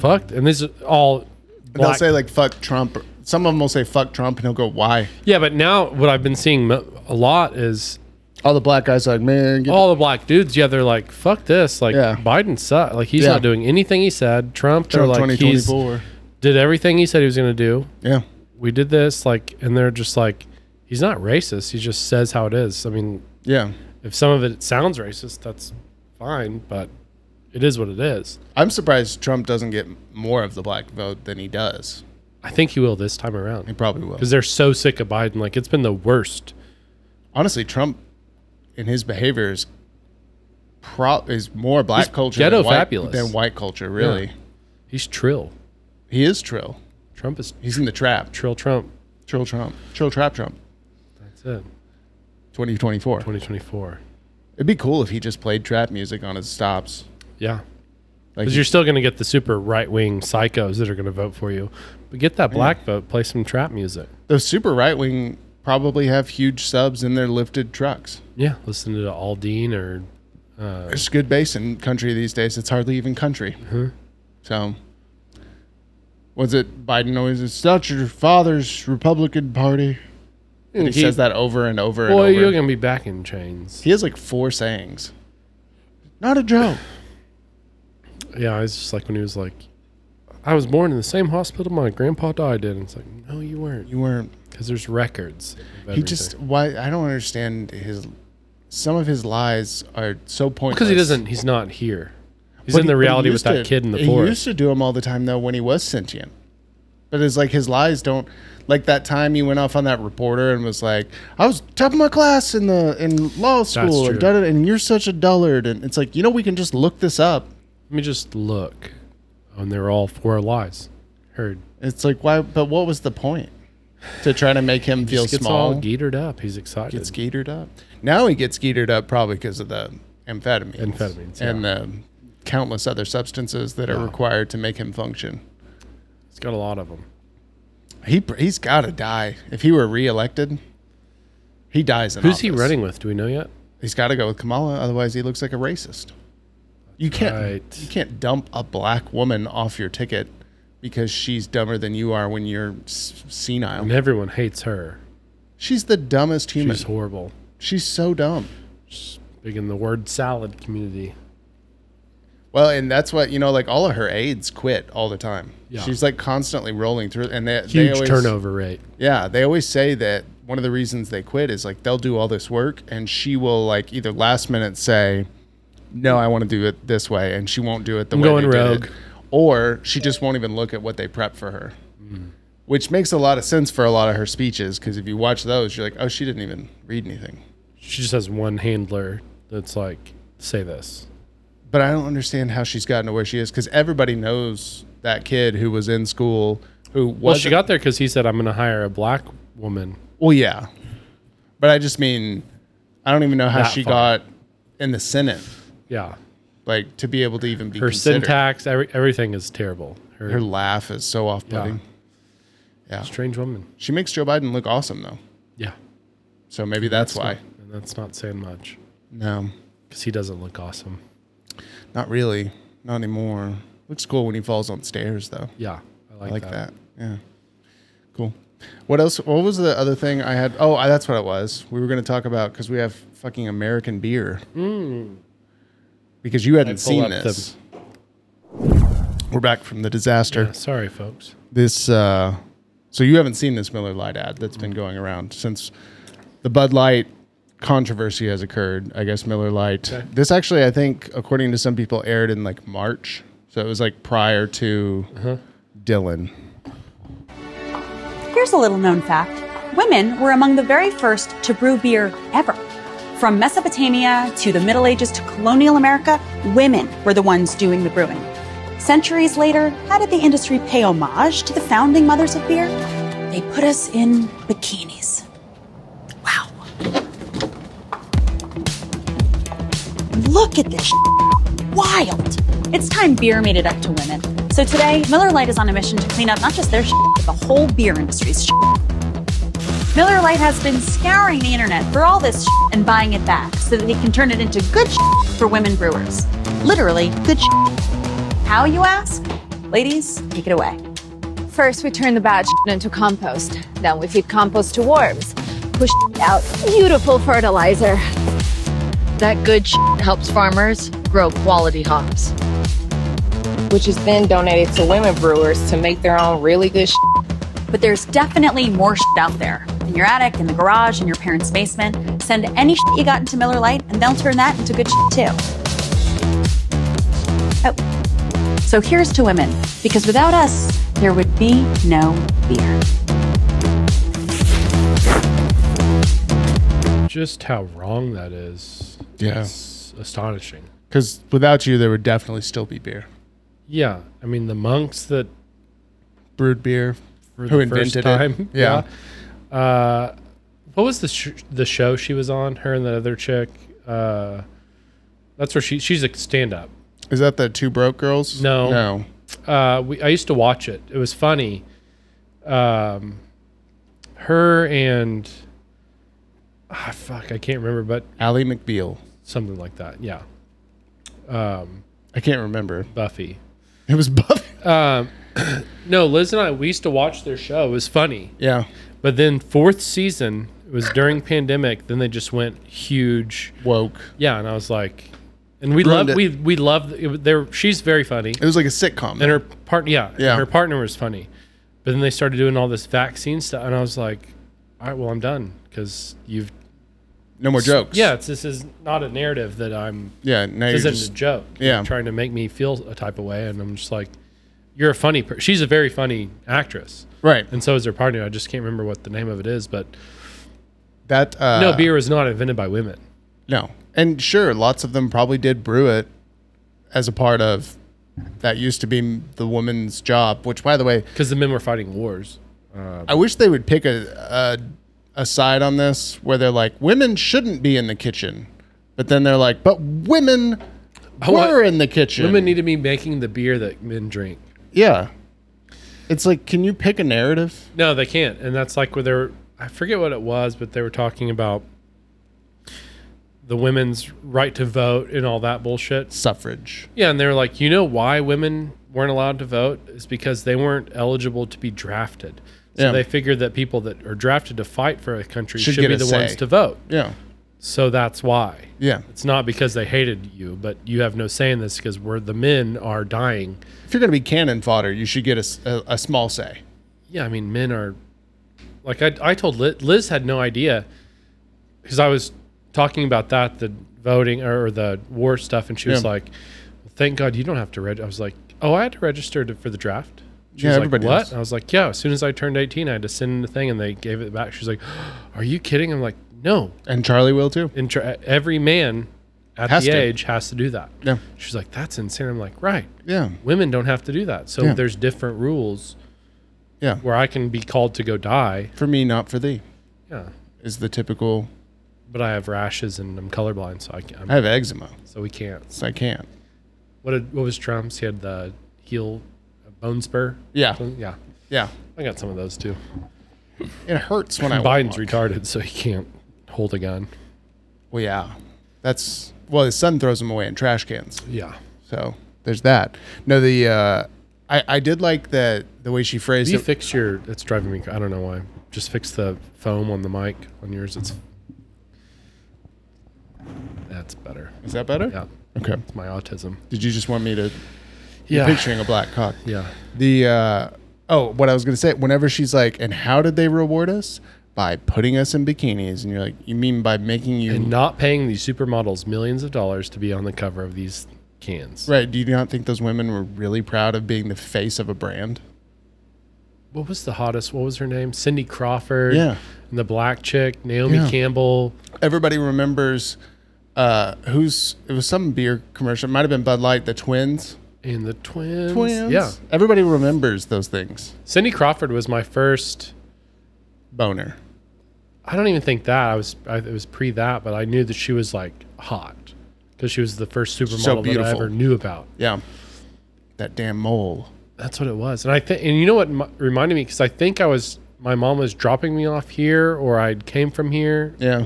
fucked. And this is all.
Mm-hmm. And they'll
black
say like "fuck Trump." or- Some of them will say "fuck Trump," and he'll go, "Why?"
Yeah, but now what I've been seeing mo- a lot is
All the black guys are like, "Man, get
all the black dudes. Yeah, they're like, "Fuck this!" Like
Yeah.
Biden sucks. Like he's
Yeah.
not doing anything he said. Trump,
the
they're like, he's did everything he said he was going to do.
Yeah,
We did this, like, and they're just like, he's not racist. He just says how it is. I mean,
yeah.
if some of it sounds racist, that's fine, but it is what it is.
I'm surprised Trump doesn't get more of the black vote than he does.
I think he will this time
He
around
probably will.
because they're so sick of Biden. Like it's been the worst.
Honestly, Trump and his behavior is pro- is more black
He's
culture
ghetto
than white,
fabulous.
than white culture. Really,
He's trill.
he is trill.
Trump is
He's in the trap.
trill Trump.
Trill Trump. Trill trap Trump.
That's it.
2024.
2024.
It'd be cool if he just played trap music on his stops.
Yeah.
Like
Because you're still going to get the super right wing psychos that are going to vote for you. But get that black vote, play some trap music.
those super right wing probably have huge subs in their lifted trucks.
Yeah. Listen to Aldine or
It's good bass in country these days. It's hardly even country.
Uh-huh.
So, was it Biden always? It's not your father's Republican Party. And he,
He-
says that over and over and
Boy,
over.
you're going to be back in chains.
he has like four sayings. Not a joke.
Yeah. It's just like when he was like, I was born in the same hospital my grandpa died in. It's like, no, you weren't.
You weren't.
Because there's records. of
He
everything.
just why I don't understand his. Some of his lies are so pointless.
Because he doesn't, he's not here. He's
But
in
he-
the
but he
reality with
used
that
to-
kid in the
he
forest.
used to do them all the time though when he was sentient. But it's like his lies don't like that time he went off on that reporter and was like, "I was top of my class in the in law school
true.
and da da, and you're such a dullard." And it's like, you know, we can just look this up.
Let me just look. Oh, and they're all four lies. Heard.
It's like why? But what was the point to try to make him feel
Just gets
small?
all gaitered up. He's excited.
gets gaitered up. Now he gets gaitered up probably because of the amphetamines,
Amphetamines,
and the countless other substances that are required to make him function.
He's got a lot of them.
He he's got to die if he were reelected. He dies in
Who's he
office.
running with? Do we know yet?
He's got to go with Kamala, otherwise he looks like a racist. You can't
right.
you can't dump a black woman off your ticket because she's dumber than you are when you're s- senile.
And everyone hates her.
She's the dumbest human.
She's
She's,
horrible.
so dumb.
Big in the word salad community.
Well, and that's what you know. Like all of her aides quit all the time.
Yeah.
She's like constantly rolling through, and they they
Huge
always,
turnover rate.
Yeah, they always say that one of the reasons they quit is like they'll do all this work and she will like either last minute say, "No, I want to do it this way," and she won't do it the
I'm
way
going
they did
rogue.
it. or she just won't even look at what they prep for her,
Hmm.
which makes a lot of sense for a lot of her speeches because if you watch those, you're like, "Oh, she didn't even read anything."
She just has one handler that's like, say this.
But I don't understand how she's gotten to where she is because everybody knows that kid who was in school who was
Well, she got there because he said, I'm going to hire a black woman.
Well, yeah, but I just mean, I don't even know how
That
she
far.
got in the Senate,
Yeah.
like to be able to even be
Her
considered.
syntax, every, everything is terrible. Her,
Her laugh is so off-putting.
Yeah. strange woman.
She makes Joe Biden look awesome though,
Yeah.
so maybe that's, why.
And that's not saying much
No,
because he doesn't look awesome.
not really, not anymore. Looks cool when he falls on stairs though.
Yeah. I like,
I like that. Yeah, cool. What else? What was the other thing I had? Oh, I, that's what it was. We were going to talk about because we have fucking American beer. Because you
pull
hadn't seen
up the-
this. We're back from the disaster.
Yeah, sorry, folks.
this uh so you haven't seen this Miller Lite ad that's been going around since the Bud Light controversy has occurred. I guess Miller Lite. This actually I think according to some people aired in like March. So it was like prior to Dylan.
Here's a little known fact women were among the very first to brew beer ever. From Mesopotamia to the Middle Ages to colonial America, women were the ones doing the brewing. Centuries later, how did the industry pay homage to the founding mothers of beer? They put us in bikinis. Wow. Look at this. Wild. It's time beer made it up to women. So today, Miller Lite is on a mission to clean up not just their shit, but the whole beer industry's shit. Miller Lite has been scouring the internet for all this shit and buying it back so that they can turn it into good shit for women brewers. Literally, good shit. How, you ask? Ladies, take it away.
First, we turn the bad shit into compost. Then we feed compost to worms, push shit out beautiful fertilizer.
That good shit helps farmers grow quality hops.
which is then donated to women brewers to make their own really good
But there's definitely more shit out there. In your attic, in the garage, in your parents' basement, send any shit you got into Miller Lite and they'll turn that into good shit too. Oh, So here's to women, because without us, there would be no beer.
Just how wrong that is.
Yeah.
It's astonishing.
Because without you, there would definitely still be beer.
Yeah. I mean, the monks that
Brewed beer.
for
Who
the first
invented it.
time.
Yeah.
yeah. Uh, what was the sh- the show she was on? Her and the other chick. Uh, that's where she she's a stand up.
Is that the two broke girls?
No.
No.
Uh, we I used to watch it. It was funny. Um, her and ah fuck, I can't remember, but
Ally McBeal.
something like that. Yeah,
I can't remember.
Buffy.
It was Buffy.
No, Liz and I we used to watch their show. It was funny.
yeah.
But then fourth season it was during pandemic. Then they just went huge.
Woke.
Yeah, and I was like, and we love
Ruined it.
we we love there. She's very funny,
It was like a sitcom.
and her partner, yeah, and
Yeah.
her partner was funny. But then they started doing all this vaccine stuff, and I was like, all right, well, I'm done because you've
no more jokes.
yeah, it's, this is not a narrative that I'm.
Yeah. Now
This
you're
isn't
just,
a joke.
yeah.
You're trying to make me feel a type of way, and I'm just like, you're a funny. Per-. She's a very funny actress,
right.
and so is her partner. I just can't remember what the name of it is, but
That uh,
no, beer was not invented by women.
No. And sure, lots of them probably did brew it as a part of that used to be the woman's job, which by the way,
Because the men were fighting wars.
I wish they would pick a, a a side on this where they're like women shouldn't be in the kitchen. But then they're like, but women
want-
were in the kitchen.
Women need to be making the beer that men drink.
Yeah. It's like, can you pick a narrative?
No, they can't. And that's like where they're, I forget what it was, but they were talking about the women's right to vote and all that bullshit.
Suffrage.
Yeah. And they were like, you know why women weren't allowed to vote? It's because they weren't eligible to be drafted. So
Yeah.
they figured that people that are drafted to fight for a country
Should
should,
get
be
a
the ones
say.
to vote.
Yeah.
So that's why.
Yeah.
It's not because they hated you, but you have no say in this because we're the men are dying.
If you're going to be cannon fodder, you should get a, s- a- a small say.
yeah, I mean, men are like I, I told Liz, Liz had no idea because I was talking about that the voting or, or the war stuff, and she was
Yeah.
like, well, "Thank God you don't have to register." I was like, "Oh, I had to register to, for the draft." She
Yeah,
was
everybody
like, "What?"
does.
I was like, "Yeah." As soon as I turned eighteen, I had to send in the thing, and they gave it back. She's like, "Are you kidding?" I'm like, "No."
And Charlie will too.
And tr- every man at
Has
the
to.
age has to do that.
Yeah.
She's like, "That's insane." I'm like, "Right."
Yeah.
Women don't have to do that. So
Yeah.
there's different rules
Yeah.
where I can be called to go die.
For me, not for thee,
Yeah,
is the typical.
but I have rashes and I'm colorblind, so I can't,
I have eczema,
so we can't.
so I can't.
What did, what was Trump's? He had the heel uh, bone spur.
Yeah.
yeah.
Yeah.
I got some of those too.
It hurts when I
Biden's
walk.
retarded, so he can't hold a gun.
Well, yeah. That's well, his son throws him away in trash cans.
Yeah.
So there's that. No, the uh, I I did like that the way she
Do
phrased
you
it.
fix your? It's driving me. I don't know why. Just fix the foam on the mic on yours. It's that's better.
Is that better?
Yeah.
Okay.
It's my autism.
Did you just want me to
Yeah.
picturing a black cock?
Yeah.
The uh, oh, what I was gonna say. Whenever she's like, and how did they reward us? By putting us in bikinis, and you're like, you mean by making you
And not paying these supermodels millions of dollars to be on the cover of these cans.
right? Do you not think those women were really proud of being the face of a brand?
what was the hottest? What was her name? Cindy Crawford.
Yeah.
And the black chick, Naomi
Yeah.
Campbell.
everybody remembers uh who's it was some beer commercial it might have been bud light the twins
And the twins.
twins
Yeah.
everybody remembers those things
Cindy Crawford was my first.
boner
I don't even think that I was. I, it was pre that, but I knew that she was like hot because she was the first supermodel that I
beautiful.
ever knew about.
yeah that damn mole
That's what it was. And I think, and you know what m- reminded me because I think I was my mom was dropping me off here, or I came from here,
yeah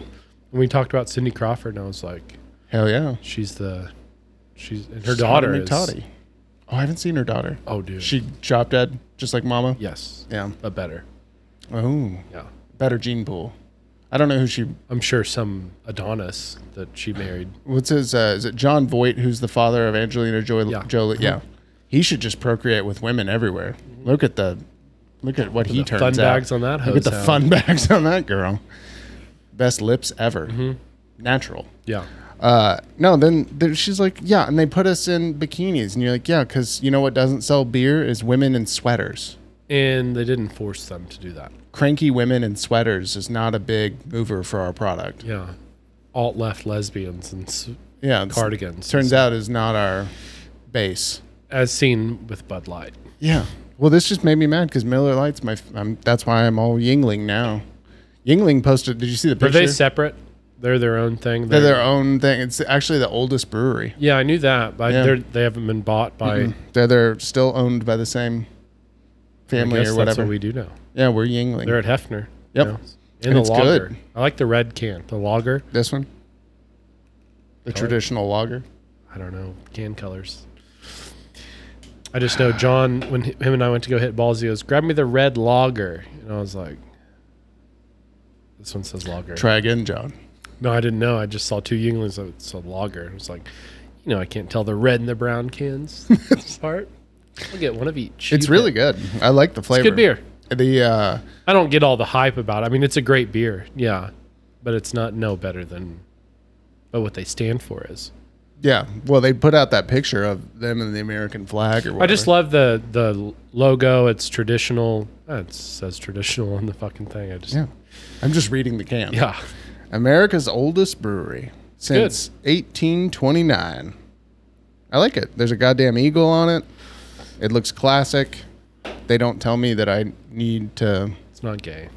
and we talked about Cindy Crawford, and I was like,
hell yeah
she's the, she's and her daughter is.
Toddy. oh i haven't seen her daughter
Oh, dude.
she chopped dead just like mama
yes,
yeah
but better.
oh
Yeah.
better gene pool i don't know who she
I'm sure some Adonis that she married.
what's his uh is it john voight who's the father of angelina Joy-
Yeah. Mm-hmm.
jolie yeah he should just procreate with women everywhere look at the look at what he
the
turns
fun
out
bags on that
look at the
hose out. Mm-hmm.
fun bags on that girl best lips ever natural
Yeah.
Uh, no, then there, she's like, yeah, and they put us in bikinis, and you're like, yeah, because you know what doesn't sell beer is women in sweaters.
and they didn't force them to do that.
Cranky women in sweaters is not a big mover for our product.
Yeah, alt left lesbians and s-
Yeah, it's-
Cardigans.
Turns out is not our base.
as seen with Bud Light.
Yeah. Well, this just made me mad because Miller Lite's my. f- I'm, that's why I'm all Yingling now. Yingling posted. Did you see the
Are
picture?
they separate? They're their own thing.
They're their own thing. It's actually the oldest brewery.
Yeah, I knew that, but
Yeah.
they're, they haven't been bought by.
They're they're still owned by the same
I
family
guess
or
that's
whatever.
what we do now.
yeah, we're Yingling.
They're at Hefner.
Yep.
In
And
the
it's
lager.
good.
I like the red can. The lager.
this one, the traditional lager.
I don't know can colors. I just know John when h- him and I went to go hit balls. He goes, "Grab me the red lager," and I was like, "This one says lager."
Try again, John.
No, I didn't know. I just saw two Yinglings that said lager. It's like, you know, I can't tell the red and the brown cans apart. I'll get one of each.
It's
You
really
pick.
good. I like the flavor.
good beer.
The uh,
I don't get all the hype about. it. I mean, it's a great beer, yeah, but it's not no better than. But what they stand for is.
yeah. Well, they put out that picture of them and the American flag or whatever.
I just love the the logo. It's traditional. Uh, It says traditional on the fucking thing. I just
Yeah. I'm just reading the can.
yeah.
America's oldest brewery since 1829. I like it. There's a goddamn eagle on it. It looks classic. They don't tell me that I need to.
It's not gay.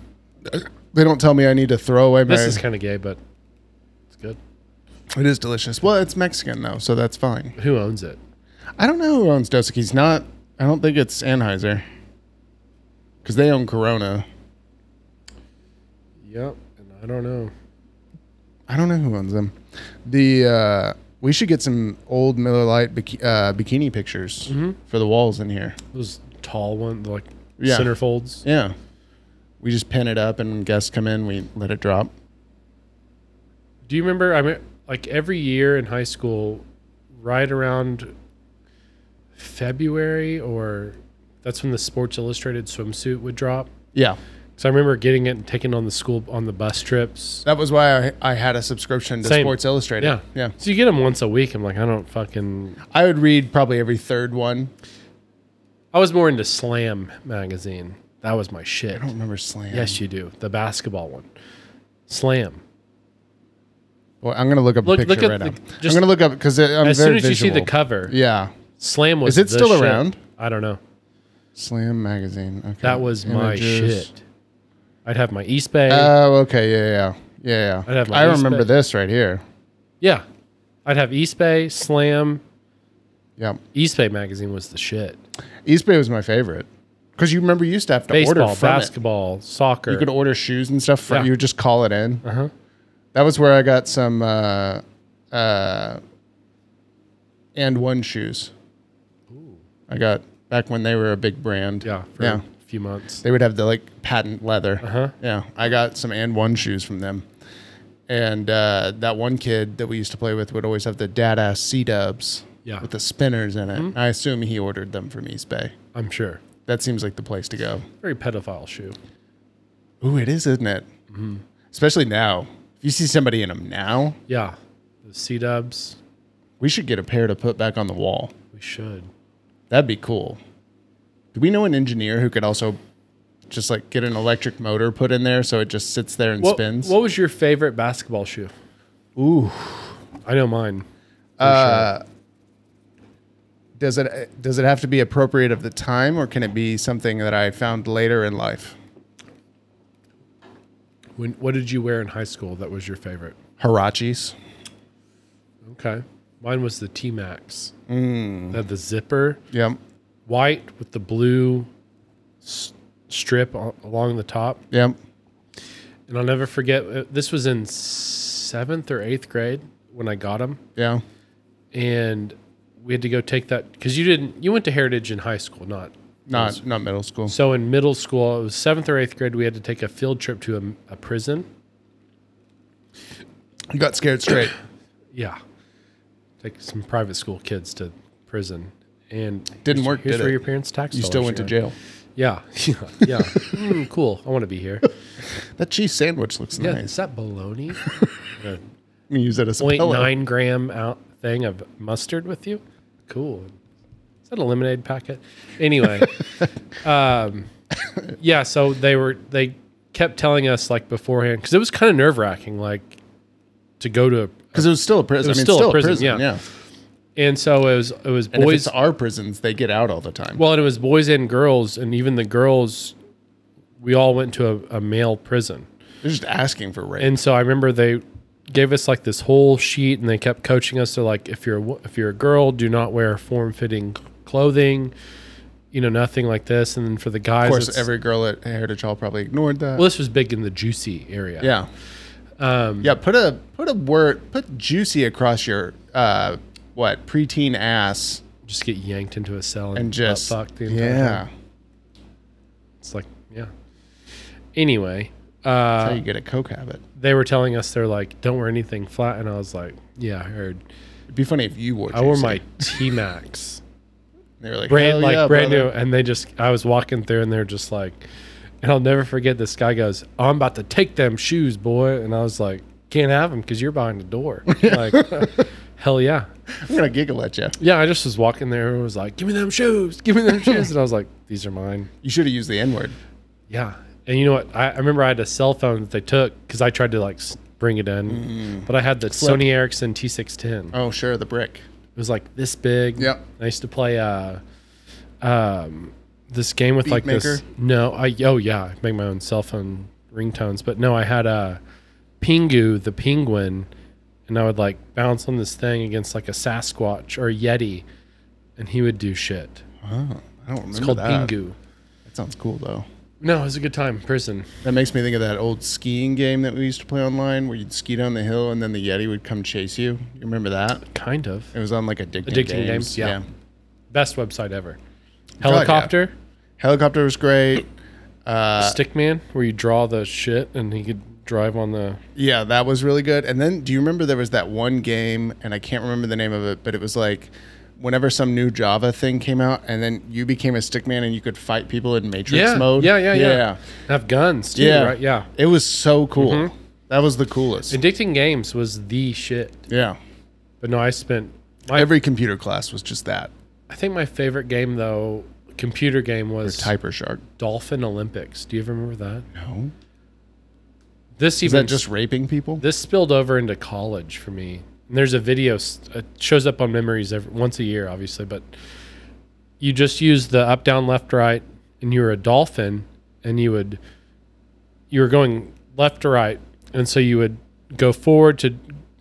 They don't tell me I need to throw away my.
This is kind of gay, but it's good.
it is delicious. Well, it's Mexican though, so that's fine.
Who owns it?
I don't know who owns Dos Equis. Not. I don't think it's Anheuser. Because they own Corona.
Yep, and I don't know.
I don't know who owns them. The uh, we should get some old Miller Lite biki- uh, bikini pictures
Mm-hmm.
for the walls in here.
Those tall ones, like
Yeah.
centerfolds.
Yeah. We just pin it up and when guests come in, we let it drop.
Do you remember? I mean, like every year in high school, right around February, or that's when the Sports Illustrated swimsuit would drop.
Yeah.
So I remember getting it and taking it on the school on the bus trips.
That was why I, I had a subscription to
Same.
Sports Illustrated.
Yeah,
Yeah.
So you get them once a week. I'm like, I don't fucking.
I would read probably every third one.
I was more into Slam magazine. That was my shit.
I don't remember Slam.
Yes, you do. The basketball one. Slam.
Well, I'm going to look up
Look-
a picture
look at
right
the-
now. I'm
just-
going to look up because I'm
as
very
soon as you see the
visual.
cover,
Yeah.
Slam was.
Is it
the
still
shit.
around?
I don't know.
Slam magazine. Okay.
That was my
Images.
shit. I'd have my East Bay.
Oh, okay. Yeah, yeah. Yeah,
I'd
yeah.
have my
I
East
remember
Bay.
this right here.
yeah, I'd have East Bay Slam.
Yep.
East Bay magazine was the shit.
East Bay was my favorite. Because you remember you used to have to
Baseball,
order from it.
basketball, soccer.
You could order shoes and stuff. For,
Yeah.
You would just call it in. Uh-huh. That was where I got some uh, uh, and one shoes. I got back when they were a big brand.
yeah, for
yeah.
a few months.
They would have the like patent leather.
Uh-huh.
Yeah, I got some and one shoes from them. And uh, that one kid that we used to play with would always have the dad ass C dubs
Yeah. Mm-hmm.
with the spinners in it. I assume he ordered them from East Bay.
I'm sure.
That seems like the place to go.
Very pedophile shoe.
Ooh, it is, isn't it? Especially now. If you see somebody in them now,
Yeah, the C Dubs.
we should get a pair to put back on the wall.
We should.
That'd be cool. Do we know an engineer who could also just like get an electric motor put in there so it just sits there and
What,
spins?
what was your favorite basketball shoe?
Ooh.
I know mine. for sure.
Does it does it have to be appropriate of the time or can it be something that I found later in life?
When, what did you wear in high school that was your favorite?
Hirachis.
Okay. Mine was the T Max. Mm. Had the zipper,
Yep.
white with the blue s- strip a- along the top.
Yep.
And I'll never forget, uh, this was in seventh or eighth grade when I got them.
Yeah.
And we had to go take that because you didn't, you went to Heritage in high school, not.
Not not middle school.
So in middle school, it was seventh or eighth grade, we had to take a field trip to a, a prison.
You got scared straight.
Yeah. Take some private school kids to prison. And
Didn't
here's-
work,
Here's
did
where
it?
your parents' tax.
you still
dollars
went to
go.
jail.
Yeah, yeah, yeah. Mm, cool. I want to be here.
That cheese sandwich looks
Yeah,
nice.
is that bologna? Uh,
use it as a pillow.
0.9 gram out thing of mustard with you. Cool. Is that a lemonade packet? Anyway, um, yeah. So they were they kept telling us like beforehand because it was kind of nerve wracking, like to go to.
Because it was still a prison.
It was
I mean,
still a
still,
prison,
a prison.
yeah.
Yeah.
And so it was it was
And
boys.
if it's our prisons, they get out all the time.
Well, and it was boys and girls, and even the girls, we all went to a, a male prison.
They're just asking for rape.
And so I remember they gave us like this whole sheet, and they kept coaching us. They're like, if you're a, wo- if you're a girl, do not wear form fitting clothing, you know, nothing like this. And then for the guys,
of course,
it's-
every girl at Heritage Hall probably ignored that.
well, um, this was big in the juicy area.
yeah. yeah. Put a put a word put juicy across your uh what preteen ass
just get yanked into a cell and,
and just
butt fucked Oh, the entire time.
yeah.
It's like yeah. Anyway, uh,
That's how you get a coke habit.
they were telling us they're like, don't wear anything flat, and I was like, yeah, I heard.
It'd be funny if you wore.
I wore
juicy.
my T Max.
They were like
brand
"Hell
like
yeah,
brand
brother."
new and they just i was walking through and they're just like and i'll never forget this guy goes "Oh, i'm about to take them shoes boy and i was like can't have them because you're behind the door like hell yeah
I'm gonna giggle at you.
yeah i just was walking there and was like give me them shoes give me them shoes and i was like these are mine
You should have used the N word.
yeah and you know what i, I remember i had a cell phone that they took because i tried to like s- bring it in
Mm.
but i had the sony ericsson t610
Oh, sure, the brick.
It was like this big.
Yep.
I used to play uh, um, this game with
Beat
like this.
Maker?
No, I oh yeah, I make my own cell phone ringtones. But no, I had uh, Pingu the penguin, and I would like bounce on this thing against like a Sasquatch or a Yeti, and he would do shit.
I don't remember
It's called
that.
Pingu.
That sounds cool though.
No, it was a good time. Prison.
That makes me think of that old skiing game that we used to play online, where you'd ski down the hill and then the Yeti would come chase you. You remember that?
Kind of.
It was on like addicting,
Addicting
games.
games, yeah. Best website ever.
yeah.
Helicopter,
Helicopter was great. Uh,
Stickman, where you draw the shit and he could drive on the
Yeah, that was really good. And then do you remember there was that one game and I can't remember the name of it, but it was like whenever some new Java thing came out and then you became a stick man and you could fight people in matrix
yeah,
mode.
Yeah, yeah, yeah,
Yeah.
Have guns too,
Yeah.
right? Yeah. Mm-hmm.
It was so cool. That was the coolest.
Addicting games was the shit.
yeah.
But no, I spent my
Every computer class was just that.
I think my favorite game though, computer game was
Typer shark.
Dolphin Olympics. Do you ever remember that?
No.
This
Is
even
that just raping people?
this spilled over into college for me. And there's a video s- it shows up on memories every, once a year, obviously, but you just use the up, down, left, right, and you were a dolphin, and you would you were going left to right, and so you would go forward to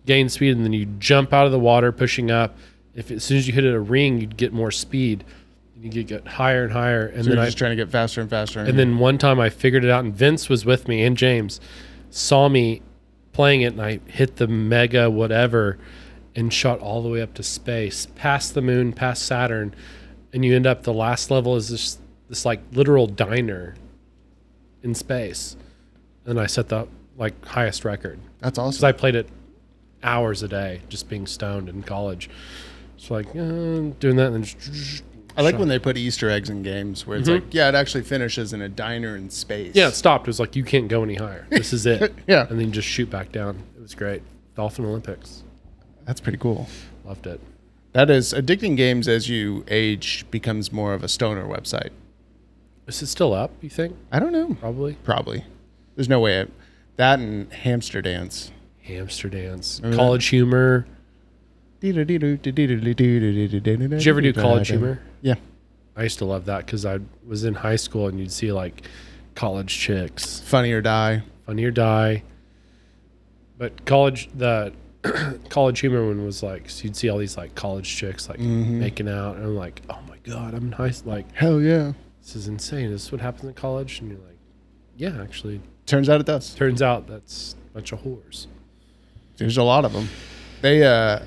gain speed, and then you jump out of the water, pushing up. If as soon as you hit a ring, you'd get more speed, and you get higher and higher, and
So
then
you're
I
just trying to get faster and faster.
and then one time I figured it out, and Vince was with me, and James saw me playing it, and I hit the mega whatever and shot all the way up to space, past the moon, past Saturn. And you end up, the last level is this, this like literal diner in space. And I set the like highest record
that's
because
awesome.
I played it hours a day, just being stoned in college. So, like, uh, doing that, and then just,
I like when they put Easter eggs in games where it's
Mm-hmm.
like, yeah, it actually finishes in a diner in space.
Yeah, it stopped. It was like you can't go any higher. This is it.
Yeah.
and then you just shoot back down. It was great. Dolphin Olympics,
That's pretty cool.
loved it.
That is addicting games as you age becomes more of a stoner website.
Is it still up? You think?
I don't know.
Probably.
Probably. There's no way. It, that and hamster dance.
Hamster dance, college humor.
Did you
ever do College Humor?
Yeah.
I used to love that because I was in high school and you'd see like college chicks,
Funny or die.
funny or die. But college, the college humor one was like so you'd see all these like college chicks like making out, and I'm like, oh my god, I'm in high s- like
Hell yeah.
this is insane. Is this what happens in college? And you're like, yeah, actually,
Turns out it does.
Turns out that's a bunch of whores.
There's a lot of them. They uh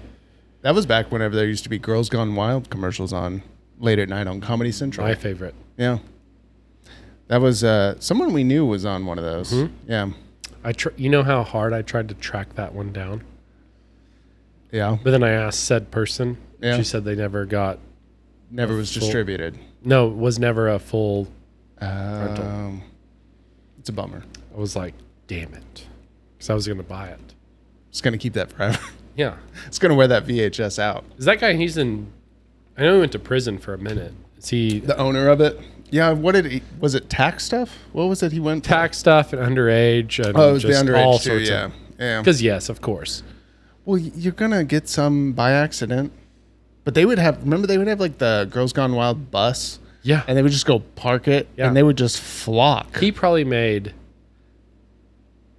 that was back whenever there used to be Girls Gone Wild commercials on late at night on Comedy Central.
My favorite.
Yeah. That was uh someone we knew was on one of those.
Mm-hmm.
Yeah.
I tr- you know how hard I tried to track that one down,
Yeah.
but then I asked said person.
Yeah.
She said they never got.
Never was distributed.
No, it was never a full.
Um, it's a bummer.
I was like, damn it, because I was gonna buy it.
It's gonna keep that forever.
Yeah.
it's gonna wear that VHS out.
Is that guy? He's in. I know he went to prison for a minute. Is he
The owner of it. Yeah. What did he? Was it tax stuff? What was it? He went to?
tax stuff and underage and
Oh, it was the
just all
underage too.
sorts
Yeah. Yeah.
Because yes, of course.
Well, y- you're gonna get some by accident, but they would have. Remember, they would have like the Girls Gone Wild bus,
Yeah.
and they would just go park it,
Yeah.
and they would just flock.
he probably made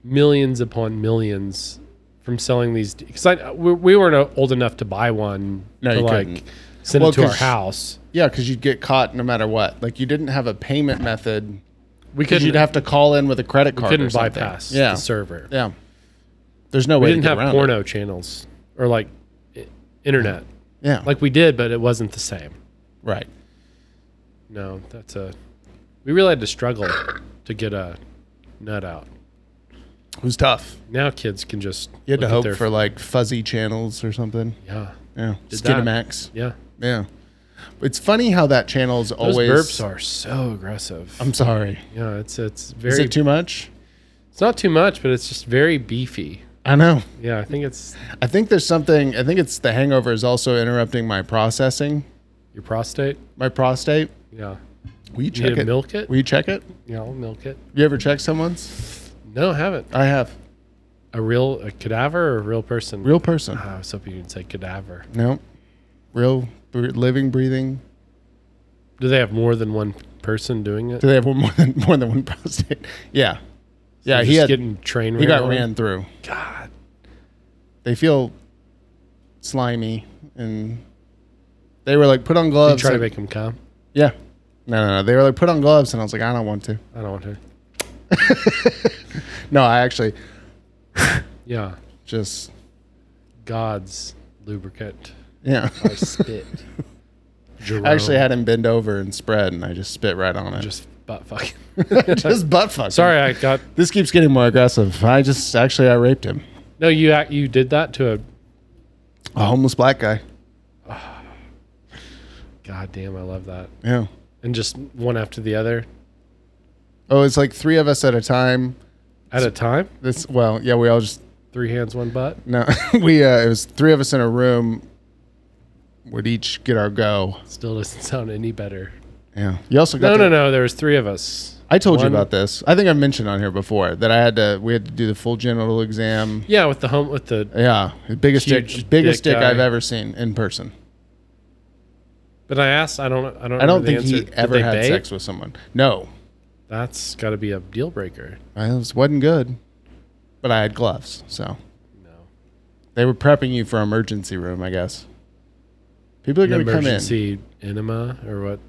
millions upon millions from selling these because I we, we weren't uh, old enough to buy one
No,
to
you
like
couldn't.
send
Well,
it to our
'cause-
house.
yeah, because you'd get caught no matter what. Like you didn't have a payment method.
We
Because
couldn't
you'd have to call in with a credit card. or
couldn't
something.
bypass
Yeah.
the server.
Yeah. There's no
we
way
didn't
to get
have
around
porno
It.
channels or like i- internet
Yeah.
like we did, but it wasn't the same.
right.
No, that's a we really had to struggle to get a nut out.
It was tough.
Now kids can just
You had
look
to
at
hope
their-
for like fuzzy channels or something.
yeah
Yeah.
Did that.
Skinamax.
yeah.
Yeah. It's funny how that channel's
Those
always.
burps are so aggressive.
I'm sorry.
yeah, it's it's very
Is it too much?
It's not too much, but it's just very beefy.
I know.
Yeah, I think it's
I think there's something. I think it's the hangover is also interrupting my processing,
your prostate.
my prostate.
Yeah.
Will you
You
check
need to
it?
milk it?
Will you check it?
Yeah, I'll milk it.
You ever check someone's?
No, I haven't.
I have.
A real a cadaver or a real person?
Real person.
Ah, I was hoping you'd say cadaver.
No. Real, br- living, breathing.
Do they have more than one person doing it?
Do they have one more than more than one prostate? Yeah. Yeah.
They're
He
just
had.
getting train
he got
on?
ran through.
God.
They feel slimy and they were like, put on
You
gloves.
try to
and-
make him come.
Yeah. No, no, no. They were like, put on gloves, and I was like, I don't want to.
I don't want to.
No, I actually
Yeah.
just
God's lubricant.
yeah.
I spit. Jerome.
I actually had him bend over and spread, and I just spit right on it.
just butt fucking.
just butt fuck.
Sorry, I got
This keeps getting more aggressive. I just actually I raped him.
no. You act. you did that to a.
A homeless black guy.
God damn, I love that.
Yeah.
And just one after the other
Oh, it's like three of us at a time.
at a time.
This well, yeah, we all just
Three hands, one butt.
no. we uh, it was three of us in a room. Would each get our go.
Still doesn't sound any better.
Yeah. You also got
No,
to-
no, no. There was three of us.
I told
One-
you about this. I think I mentioned on here before that I had to we had to do the full genital exam.
Yeah, with the home with the.
Yeah, the biggest
Huge
dick, biggest
dick
dick, I've
guy.
ever seen in person.
But I asked. I don't. I don't.
I don't
remember the
think he
answer. Did
ever
they
had
babe?
sex with someone. No,
That's got to be a deal breaker.
I was, wasn't good, but I had gloves, so
No.
they were prepping you for emergency room. I guess people are
An
going to come in. Mm.
emergency enema or what?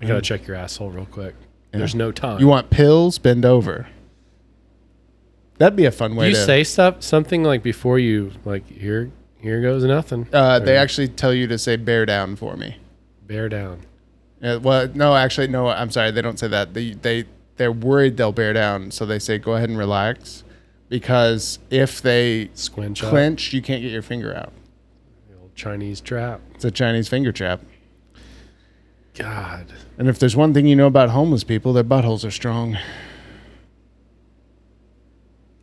I gotta check your asshole real quick. There's no time.
You want pills? Bend over. That'd be a fun
Do
way
you
to
say stuff something like before you like here here goes nothing.
Uh,
Or
they actually tell you to say "bear down" for me.
bear down.
Yeah, well, no, actually, no. I'm sorry, they don't say that. They they they're worried they'll bear down, so they say go ahead and relax, because if they
Squinch up.
clench, you can't get your finger out.
The old Chinese trap.
It's a Chinese finger trap.
God.
And if there's one thing you know about homeless people, their buttholes are strong.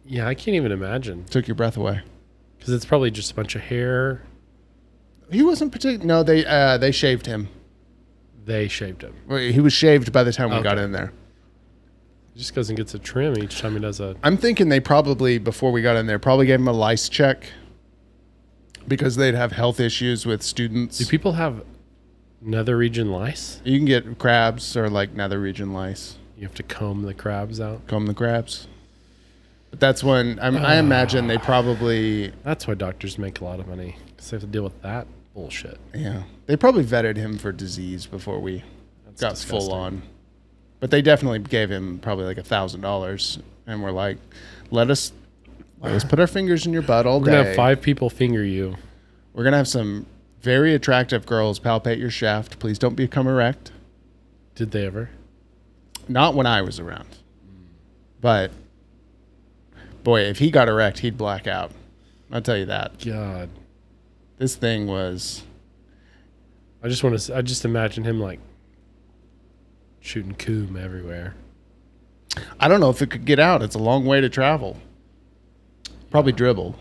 Yeah, I can't even imagine
Took your breath away.
because it's probably just a bunch of hair.
He wasn't particular. No, they uh, they shaved him.
They shaved him.
Well, He was shaved by the time we got
Okay.
in there.
He just goes and gets a trim each time he does a.
I'm thinking they probably before we got in there probably gave him a lice check because they'd have health issues with students.
Do people have nether region lice?
You can get crabs or like nether region lice.
You have to comb the crabs out.
Comb the crabs. But that's when I'm, I imagine they probably
That's why doctors make a lot of money because they have to deal with that bullshit.
yeah they probably vetted him for disease before we
That's
got
disgusting.
full on. But they definitely gave him probably like a thousand dollars, and we're like, let us let us put our fingers in your butt all
We're gonna
day.
have five people finger you.
We're gonna have some very attractive girls palpate your shaft. Please don't become erect.
Did they ever?
Not when I was around. But boy, if he got erect, he'd black out. I'll tell you that.
God,
This thing was
I just want to. I just imagine him like shooting coom everywhere.
I don't know if it could get out. It's a long way to travel. Probably dribble.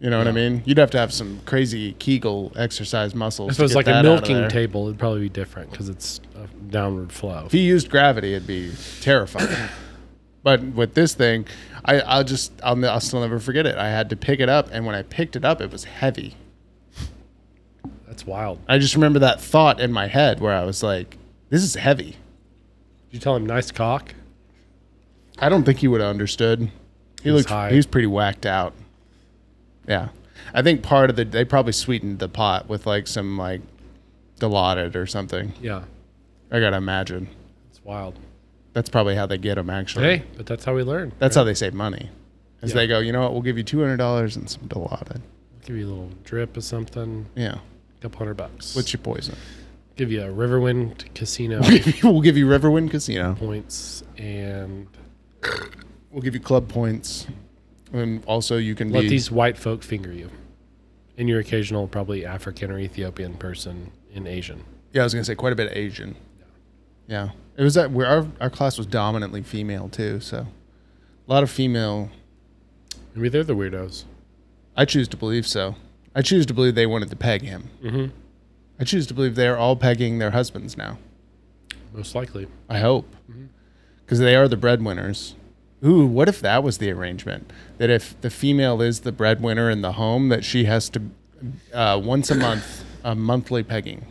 You know what I mean? You'd have to have some crazy Kegel exercise muscles.
If it
to
was
get
like
that
a
out of
milking
there.
table, it'd probably be different because it's a downward flow.
If he used gravity, it'd be terrifying. but with this thing, I, I'll just I'll, I'll still never forget it. I had to pick it up, and when I picked it up, it was heavy.
That's wild.
I just remember that thought in my head where I was like, "This is heavy."
Did you tell him nice cock?
I don't think he would have understood. He
He was
looked
high.
he was pretty whacked out. Yeah. I think part of the they probably sweetened the pot with like some like Dilaudid or something.
Yeah,
I gotta imagine.
it's wild.
That's probably how they get them actually.
Hey, but that's how we learn.
That's how they save money. Is
Yeah.
they go, you know what, we'll give you two hundred dollars and some Dilaudid.
Give you a little drip of something,
Yeah.
a couple hundred bucks.
What's your poison?
give you a Riverwind casino
We'll give you, we'll give you Riverwind Casino.
points and
We'll give you club points. And also you can
let
be
these white folk finger you, and your occasional probably African or Ethiopian person in Asian.
Yeah, I was gonna say quite a bit of Asian. Yeah, it was that where our our class was dominantly female too, so a lot of female.
Maybe they're the weirdos.
I choose to believe so. I choose to believe they wanted to peg him. Mm-hmm. I choose to believe they are all pegging their husbands now.
Most likely.
I hope, because they are the breadwinners. Ooh, what if that was the arrangement? That if the female is the breadwinner in the home, that she has to uh, once a month, a monthly pegging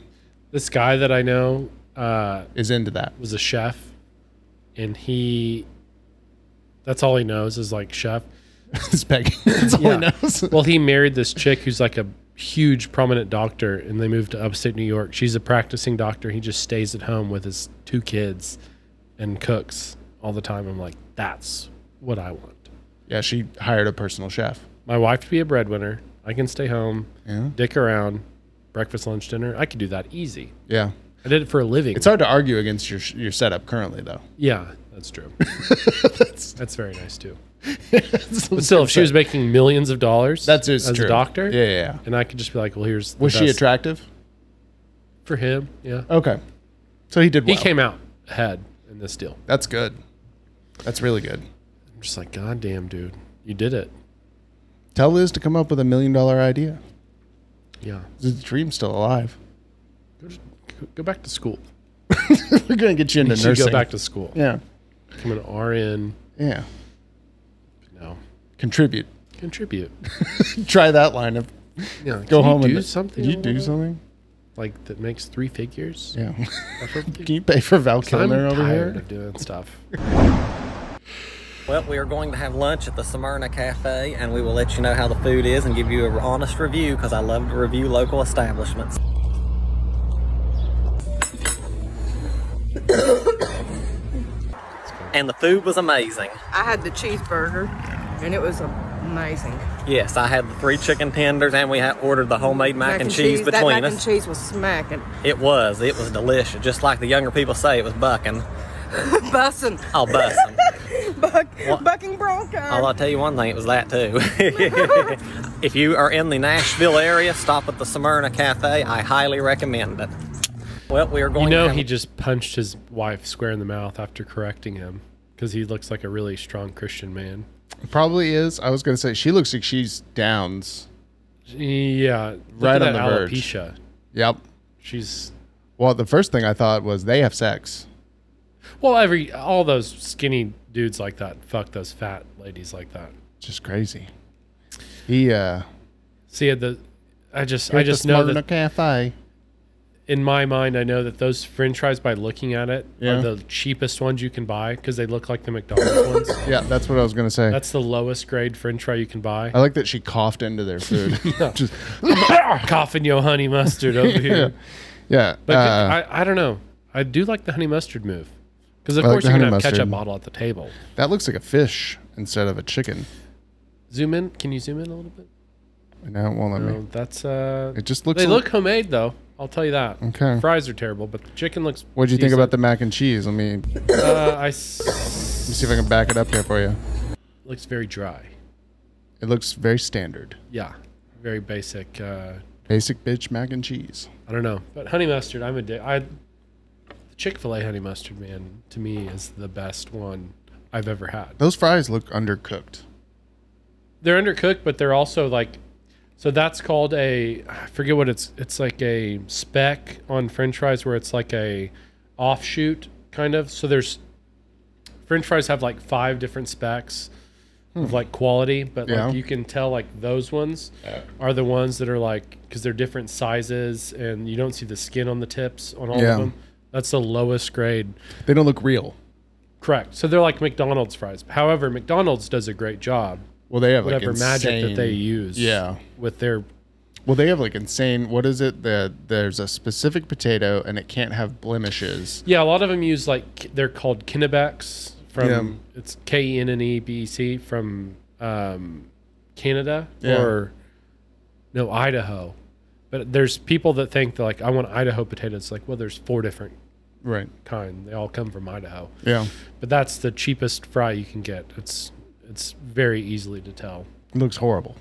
This guy that I know uh,
is into that.
was a chef, and he. That's all he knows is like chef.
It's pegging. That's all
Yeah.
he knows.
Well, he married this chick who's like a huge prominent doctor, and they moved to upstate New York. She's a practicing doctor. He just stays at home with his two kids and cooks all the time. I'm like, that's what I want.
Yeah, she hired a personal chef.
My wife to be a breadwinner. I can stay home,
Yeah.
dick around, breakfast, lunch, dinner. I could do that easy.
Yeah.
I did it for a living.
It's hard to argue against your your setup currently, though.
yeah, that's true. that's, very nice too. But still, if she was making millions of dollars,
That's just
as
true.
a doctor,
Yeah, yeah. yeah.
and I could just be like, well, here's the
Was she
best
attractive?
for him? Yeah,
Okay, so he did.
he
Well.
came out ahead in this deal.
That's good. That's really good.
I'm just like, God damn, dude, you did it.
Tell Liz to come up with a million dollar idea.
Yeah,
The dream's still alive.
go, to- go back to school.
We're gonna get you into
You should
nursing.
go back to school.
yeah,
Become an RN.
yeah.
No,
Contribute.
contribute.
Try that line of
Yeah,
go
can
home
You do
and
something.
You
or
do
whatever?
something.
like that makes three figures.
Yeah. Can
Preferably.
you pay for Val
I'm
Kilmer over
tired
here?
of doing stuff.
Well, we are going to have lunch at the Smyrna Cafe, and we will let you know how the food is and give you an honest review because I love to review local establishments. and the food was amazing.
I had the cheeseburger, and it was amazing.
Yes, I had the three chicken tenders, and we had ordered the homemade mac, and cheese,
that
between
mac
us.
and cheese was smacking,
It was, it was delicious. Just like the younger people say, it was bucking.
bussin',
Oh, bussin'.
buck,
What?
bucking bronchi.
Although I'll tell you one thing, it was that too. if you are in the Nashville area, stop at the Smyrna Cafe. I highly recommend it. Well, we are going
You
to
know,
have-
he just punched his wife square in the mouth after correcting him because he looks like a really strong Christian man.
Probably is. I was gonna say she looks like she's downs.
Yeah, look at
Right on
that
the verge.
alopecia.
Yep.
She's
Well, the first thing I thought was they have sex.
well, every all those skinny dudes like that fuck those fat ladies like that.
Just crazy. He uh
See the, I just
Here
I
at the
just know
Smyrna
that
cafe.
in my mind I know that those French fries by looking at it
Yeah.
are the cheapest ones you can buy because they look like the McDonald's ones.
Yeah, that's what I was gonna say.
That's the lowest grade French fry you can buy.
I like that she coughed into their food. Just,
Coughing your honey mustard over here.
yeah.
But
uh,
I, I don't know. I do like the honey mustard move because of
I like
course
the
you're gonna
honey
have a ketchup
mustard.
bottle at the table.
that looks like a fish instead of a chicken.
Zoom in. Can you zoom in a little bit?
And now it won't let me.
No, that's uh.
It just looks.
They
a-
look homemade though. I'll tell you that.
Okay.
Fries are terrible, but the chicken looks.
What do you think about the mac and cheese? Let me, let me
the? Uh, I s-
see if I can back it up here for you.
looks very dry.
It looks very standard,
Yeah, very basic. Uh,
basic bitch mac and cheese.
I don't know, but honey mustard. I'm a di- I. The Chick Fil A honey mustard man to me is the best one I've ever had.
Those fries look undercooked.
They're undercooked, but they're also like So that's called a I forget what it's it's like a spec on French fries where it's like a offshoot kind of. So there's French fries have like five different specs of
Hmm.
like quality, but
Yeah.
like you can tell like those ones are the ones that are like because they're different sizes and you don't see the skin on the tips on all
Yeah.
of them. That's the lowest grade.
They don't look real.
Correct. So they're like McDonald's fries. However, McDonald's does a great job.
Well, they have like
whatever magic that they
insane-
use.
Yeah.
with their
Well, they have like insane. What is it? The there's a specific potato and it can't have blemishes.
Yeah, a lot of them use like k- they're called Kinnebecks from
Yeah.
it's K E N N E B E C from um, Canada
Yeah.
or no Idaho. But there's people that think that like I want Idaho potatoes. Like, well, there's four different
Right.
kind. They all come from Idaho.
Yeah.
but that's the cheapest fry you can get. It's it's very easily to tell.
It looks horrible.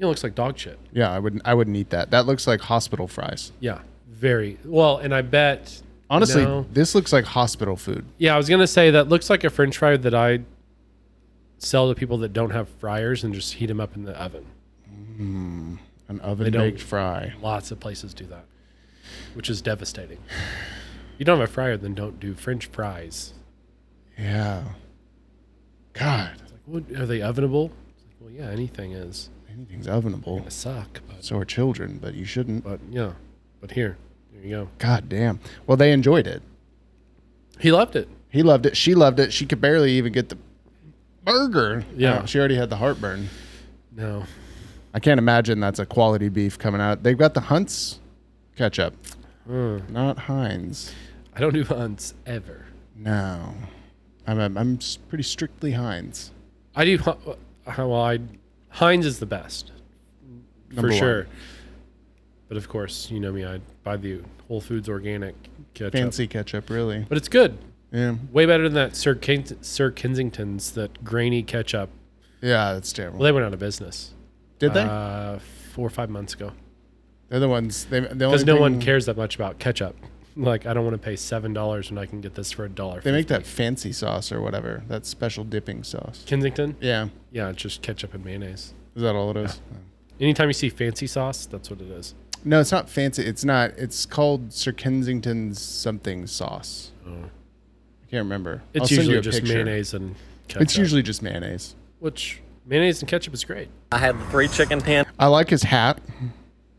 It looks like dog shit.
Yeah, I wouldn't. I wouldn't eat that. That looks like hospital fries.
Yeah, very well. And I bet
Honestly,
no-
this looks like hospital food.
Yeah, I was gonna say that looks like a French fry that I sell to people that don't have fryers and just heat them up in the oven.
Mm, an
They
oven
don't-
baked fry.
Lots of places do that, which is devastating. You don't have a fryer, then don't do French fries.
Yeah. God,
It's like, what, are they ovenable? It's like, well, yeah, anything is.
anything's ovenable.
suck, but-
So are children, but you shouldn't.
But yeah, but here, there you go.
God damn. Well, they enjoyed it.
He loved it.
He loved it. She loved it. She could barely even get the burger.
Yeah.
Uh, she already had the heartburn.
No,
I can't imagine that's a quality beef coming out. They've got the Hunts ketchup,
Hmm.
not Heinz.
I don't do Hunts ever.
No, I'm I'm, I'm s- pretty strictly Heinz.
I do. Hu- Well, I Heinz is the best for
Number one.
sure. But of course, you know me. I buy the Whole Foods organic ketchup.
Fancy ketchup, really.
but it's good.
Yeah.
Way better than that Sir, Kins- Sir Kensington's that grainy ketchup.
Yeah, that's terrible.
Well, they went out of business.
Did they?
Uh, four or five months ago.
They're the ones. They the only
Because no one
thing-
cares that much about ketchup. Like I don't want to pay seven dollars when I can get this for a dollar.
They make that fancy sauce or whatever. That special dipping sauce.
Kensington.
Yeah.
Yeah, it's just ketchup and mayonnaise.
Is that all it is?
Anytime you see fancy sauce, that's what it is.
No, it's not fancy. It's not. It's called Sir Kensington's something sauce. I can't remember.
Oh. It's
I'll send you
usually
a
just
picture.
mayonnaise and
It's
ketchup.
usually just mayonnaise.
Which mayonnaise and ketchup is great.
I had the three chicken tenders.
I like his hat.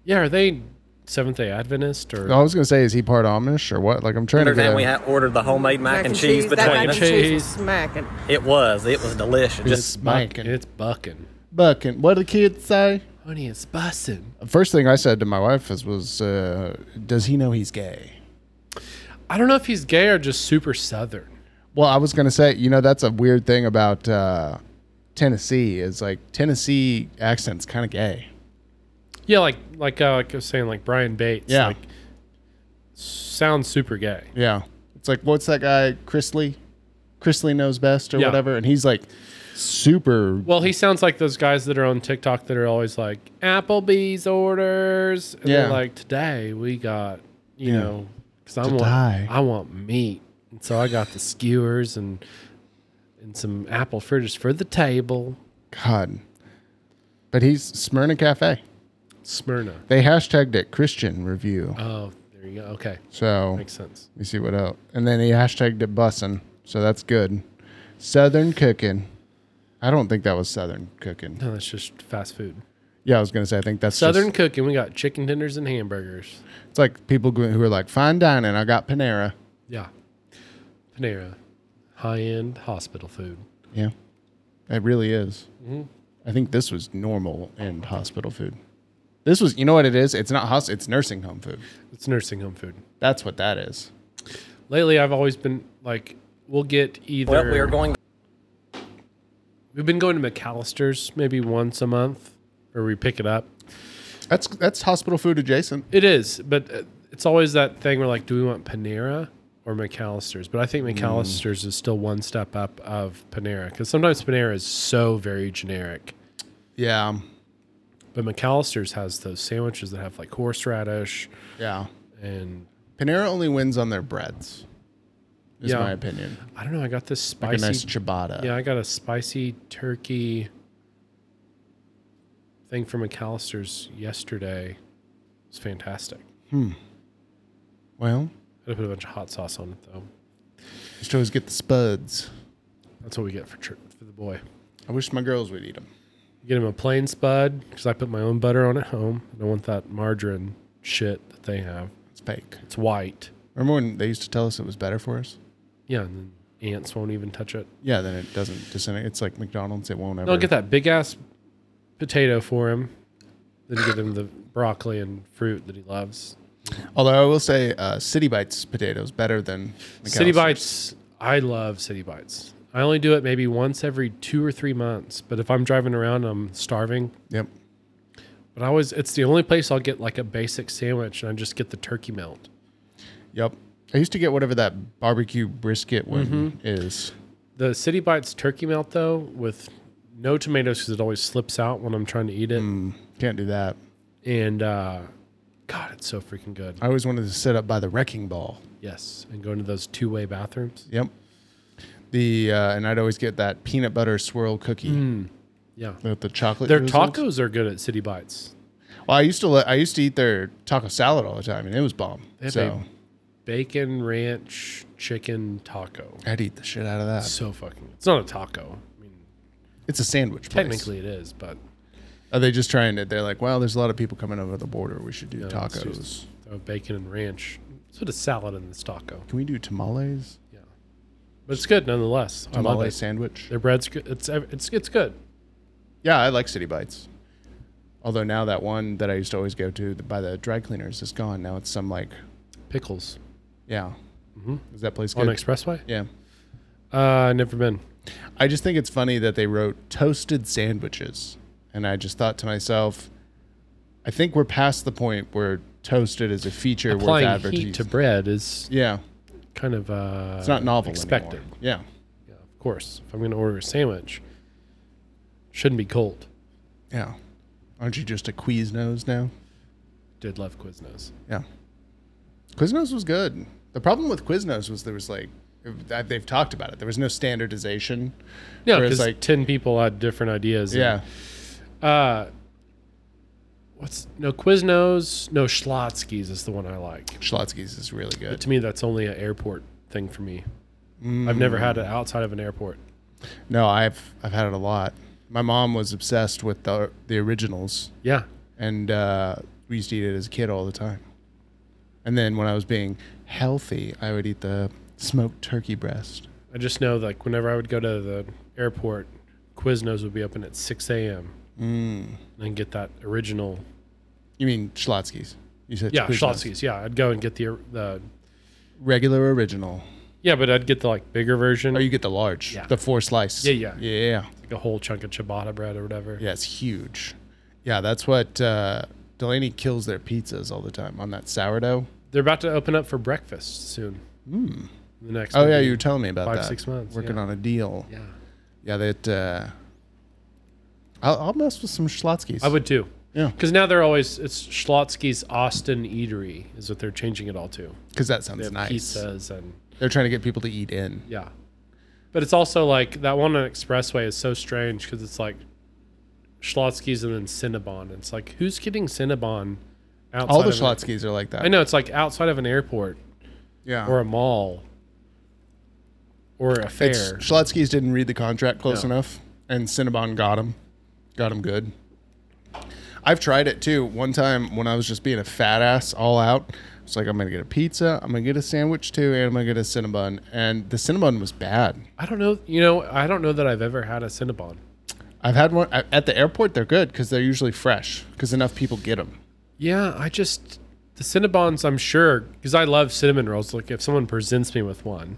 Yeah, are they Seventh Day Adventist or
I was gonna say, is he part Amish or what? Like I'm trying to. Get
And
a-
we had ordered the homemade mac, and cheese,
That mac
between
and
us.
cheese was smacking.
It was. It was delicious.
It's smack-
It's bucking.
Buck and what do the kids say?
Honey, it's bussin'.
First thing I said to my wife was, was uh, does he know he's gay?
I don't know if he's gay or just super southern.
Well, I was gonna say, you know, that's a weird thing about uh, Tennessee is like Tennessee accents kind of gay.
Yeah, like like uh, like I was saying, like Brian Bates.
Yeah.
like, sounds super gay.
Yeah, it's like what's that guy Chrisley? Chrisley knows best or
Yeah.
whatever, and he's like super.
Well, he sounds like those guys that are on TikTok that are always like Applebee's orders. And they're
Yeah.
like today we got you
Yeah.
know because I
Today.
want I want meat, and so I got the skewers and and some apple fritters for the table.
God, but he's Smyrna Cafe.
Smyrna.
They hashtagged it Christian Review.
Oh, there you go. Okay,
So
makes sense.
You see what else? And then he hashtagged it bussin', so that's good. Southern cooking. I don't think that was Southern cooking.
No, Oh, that's just fast food.
Yeah, I was gonna say I think that's
Southern
Just,
cooking. We got chicken tenders and hamburgers.
it's like people go- who are like fine dining. I got Panera.
Yeah, Panera, high end hospital food.
Yeah, it really is.
Mhm.
I think this was normal and hospital food. This was, you know what it is? It's not hospital. It's nursing home food.
It's nursing home food.
That's what that is.
Lately, I've always been like, we'll get either.
Well, we are going.
We've been going to McAllister's maybe once a month, or we pick it up.
That's that's hospital food adjacent.
It is, but uh, it's always that thing where like, do we want Panera or McAllister's? But I think
Mm.
McAllister's is still one step up of Panera because sometimes Panera is so very generic.
Yeah,
But McAllister's has those sandwiches that have like horseradish
yeah.
and
Panera only wins on their breads. Is
Yeah.
my opinion.
I don't know. I got this
Like a
spicy
nice ciabatta.
Yeah, I got a spicy turkey thing from McAllister's yesterday was fantastic.
Hmm. Well,
I had to put a bunch of hot sauce on it though.
just always get the spuds.
That's what we get for tr- for the boy.
I wish my girls would eat them.
Get him a plain spud because I put my own butter on at home. I don't want that margarine shit that they have.
It's fake.
It's white.
Remember when they used to tell us it was better for us?
Yeah, and then ants won't even touch it.
Yeah, then it doesn't disintegrate. It's like McDonald's. It won't ever.
No, get that big ass potato for him. Then give him the broccoli and fruit that he loves.
Although I will say, uh, City Bites potatoes better than
City
McAllister's.
bites. I love city bites. I only do it maybe once every two or three months. But if I'm driving around, I'm starving.
Yep.
But I always, it's the only place I'll get like a basic sandwich, and I just get the turkey melt.
Yep. I used to get whatever that barbecue brisket one
Mhm.
is.
The City Bites turkey melt though, with no tomatoes because it always slips out when I'm trying to eat it.
can't do that.
And uh, God, it's so freaking good.
I always wanted to sit up by the wrecking ball.
Yes, and go into those two-way bathrooms.
Yep. The uh, and I'd always get that peanut butter swirl cookie.
Mm. Yeah.
With the chocolate.
Their
drizzled.
tacos are good at City Bites.
Well, I used to let, I used to eat their taco salad all the time, and it was bomb.
They have
so
a bacon ranch chicken taco.
i I'd eat the shit out of that.
So fucking. It's not a taco.
It's a sandwich. place.
Technically, it is, but
Are they just trying to? They're like, well, there's a lot of people coming over the border. We should do
no, it's
tacos.
just throw bacon and ranch. Let's put a salad in this taco.
Can we do tamales?
But it's good nonetheless. I love
Tamale
it.
sandwich.
Their bread's good. It's ev- it's it's good.
Yeah, I like City Bites. Although now that one that I used to always go to by the dry cleaners is gone. Now it's some like
pickles.
Yeah.
Mhm.
Is that place
On
good?
Expressway?
Yeah.
Uh, never been.
I just think it's funny that they wrote toasted sandwiches, and I just thought to myself, I think we're past the point where toasted is a feature worth
Applying
advertising.
heat to bread is
yeah,
kind of uh,
It's not novel
Expected,
anymore. Yeah.
yeah, of course. If I'm going to order a sandwich, shouldn't be cold.
Yeah. Aren't you just a Quiznos now?
Did love Quiznos.
Yeah. Quiznos was good. The problem with Quiznos was there was like, it- they've talked about it. There was no standardization.
Yeah,
Whereas,
because like ten people had different ideas. and-
Yeah.
uh, what's no Quiznos? No Schlotsky's is the one I like.
Schlotsky's is really good.
But to me, that's only an airport thing for me. I've never had it outside of an airport.
No, I've I've had it a lot. My mom was obsessed with the the originals.
Yeah.
And uh, we used to eat it as a kid all the time. And then when I was being healthy, I would eat the smoked turkey breast.
I just know like whenever I would go to the airport, Quiznos would be open at six a.m.
Mm.
and get that original.
You mean Schlotsky's? You said
Yeah,
Quiznos.
Schlotsky's. Yeah, I'd go and get the the.
Regular original.
Yeah, but I'd get the like bigger version.
Oh, you get the large,
Yeah.
the four slice.
Yeah, yeah.
Yeah.
like a whole chunk of ciabatta bread or whatever.
Yeah, it's huge. Yeah, that's what uh, Delaney kills their pizzas all the time on that sourdough.
They're about to open up for breakfast soon.
Mm.
The next.
Oh yeah,
maybe
you were telling me about
five,
that.
six months.
working
yeah.
on a deal.
Yeah.
yeah. That uh, I'll, I'll mess with some Schlotsky's.
I would too.
Yeah.
Because now they're always it's Schlotsky's Austin Eatery is what they're changing it all to.
'Cause that
They
sounds
have
nice.
Pizzas and
They're trying to get people to eat in.
yeah, but it's also like that one on Expressway is so strange because it's like Schlotsky's and then Cinnabon. It's like who's getting Cinnabon? Outside
All the
of an-
Schlotsky's are like that.
I know it's like outside of an airport.
Yeah.
Or a mall. Or a fair.
It's, Schlotsky's didn't read the contract close
No.
enough, and Cinnabon got him, got him good. I've tried it too. One time when I was just being a fat ass all out, it's like I'm gonna get a pizza, I'm gonna get a sandwich too, and I'm gonna get a Cinnabon. And the Cinnabon was bad.
I don't know. You know, I don't know that I've ever had a Cinnabon.
I've had one I- at the airport. They're good because they're usually fresh because enough people get them.
Yeah, I just the Cinnabons. I'm sure because I love cinnamon rolls. Like if someone presents me with one,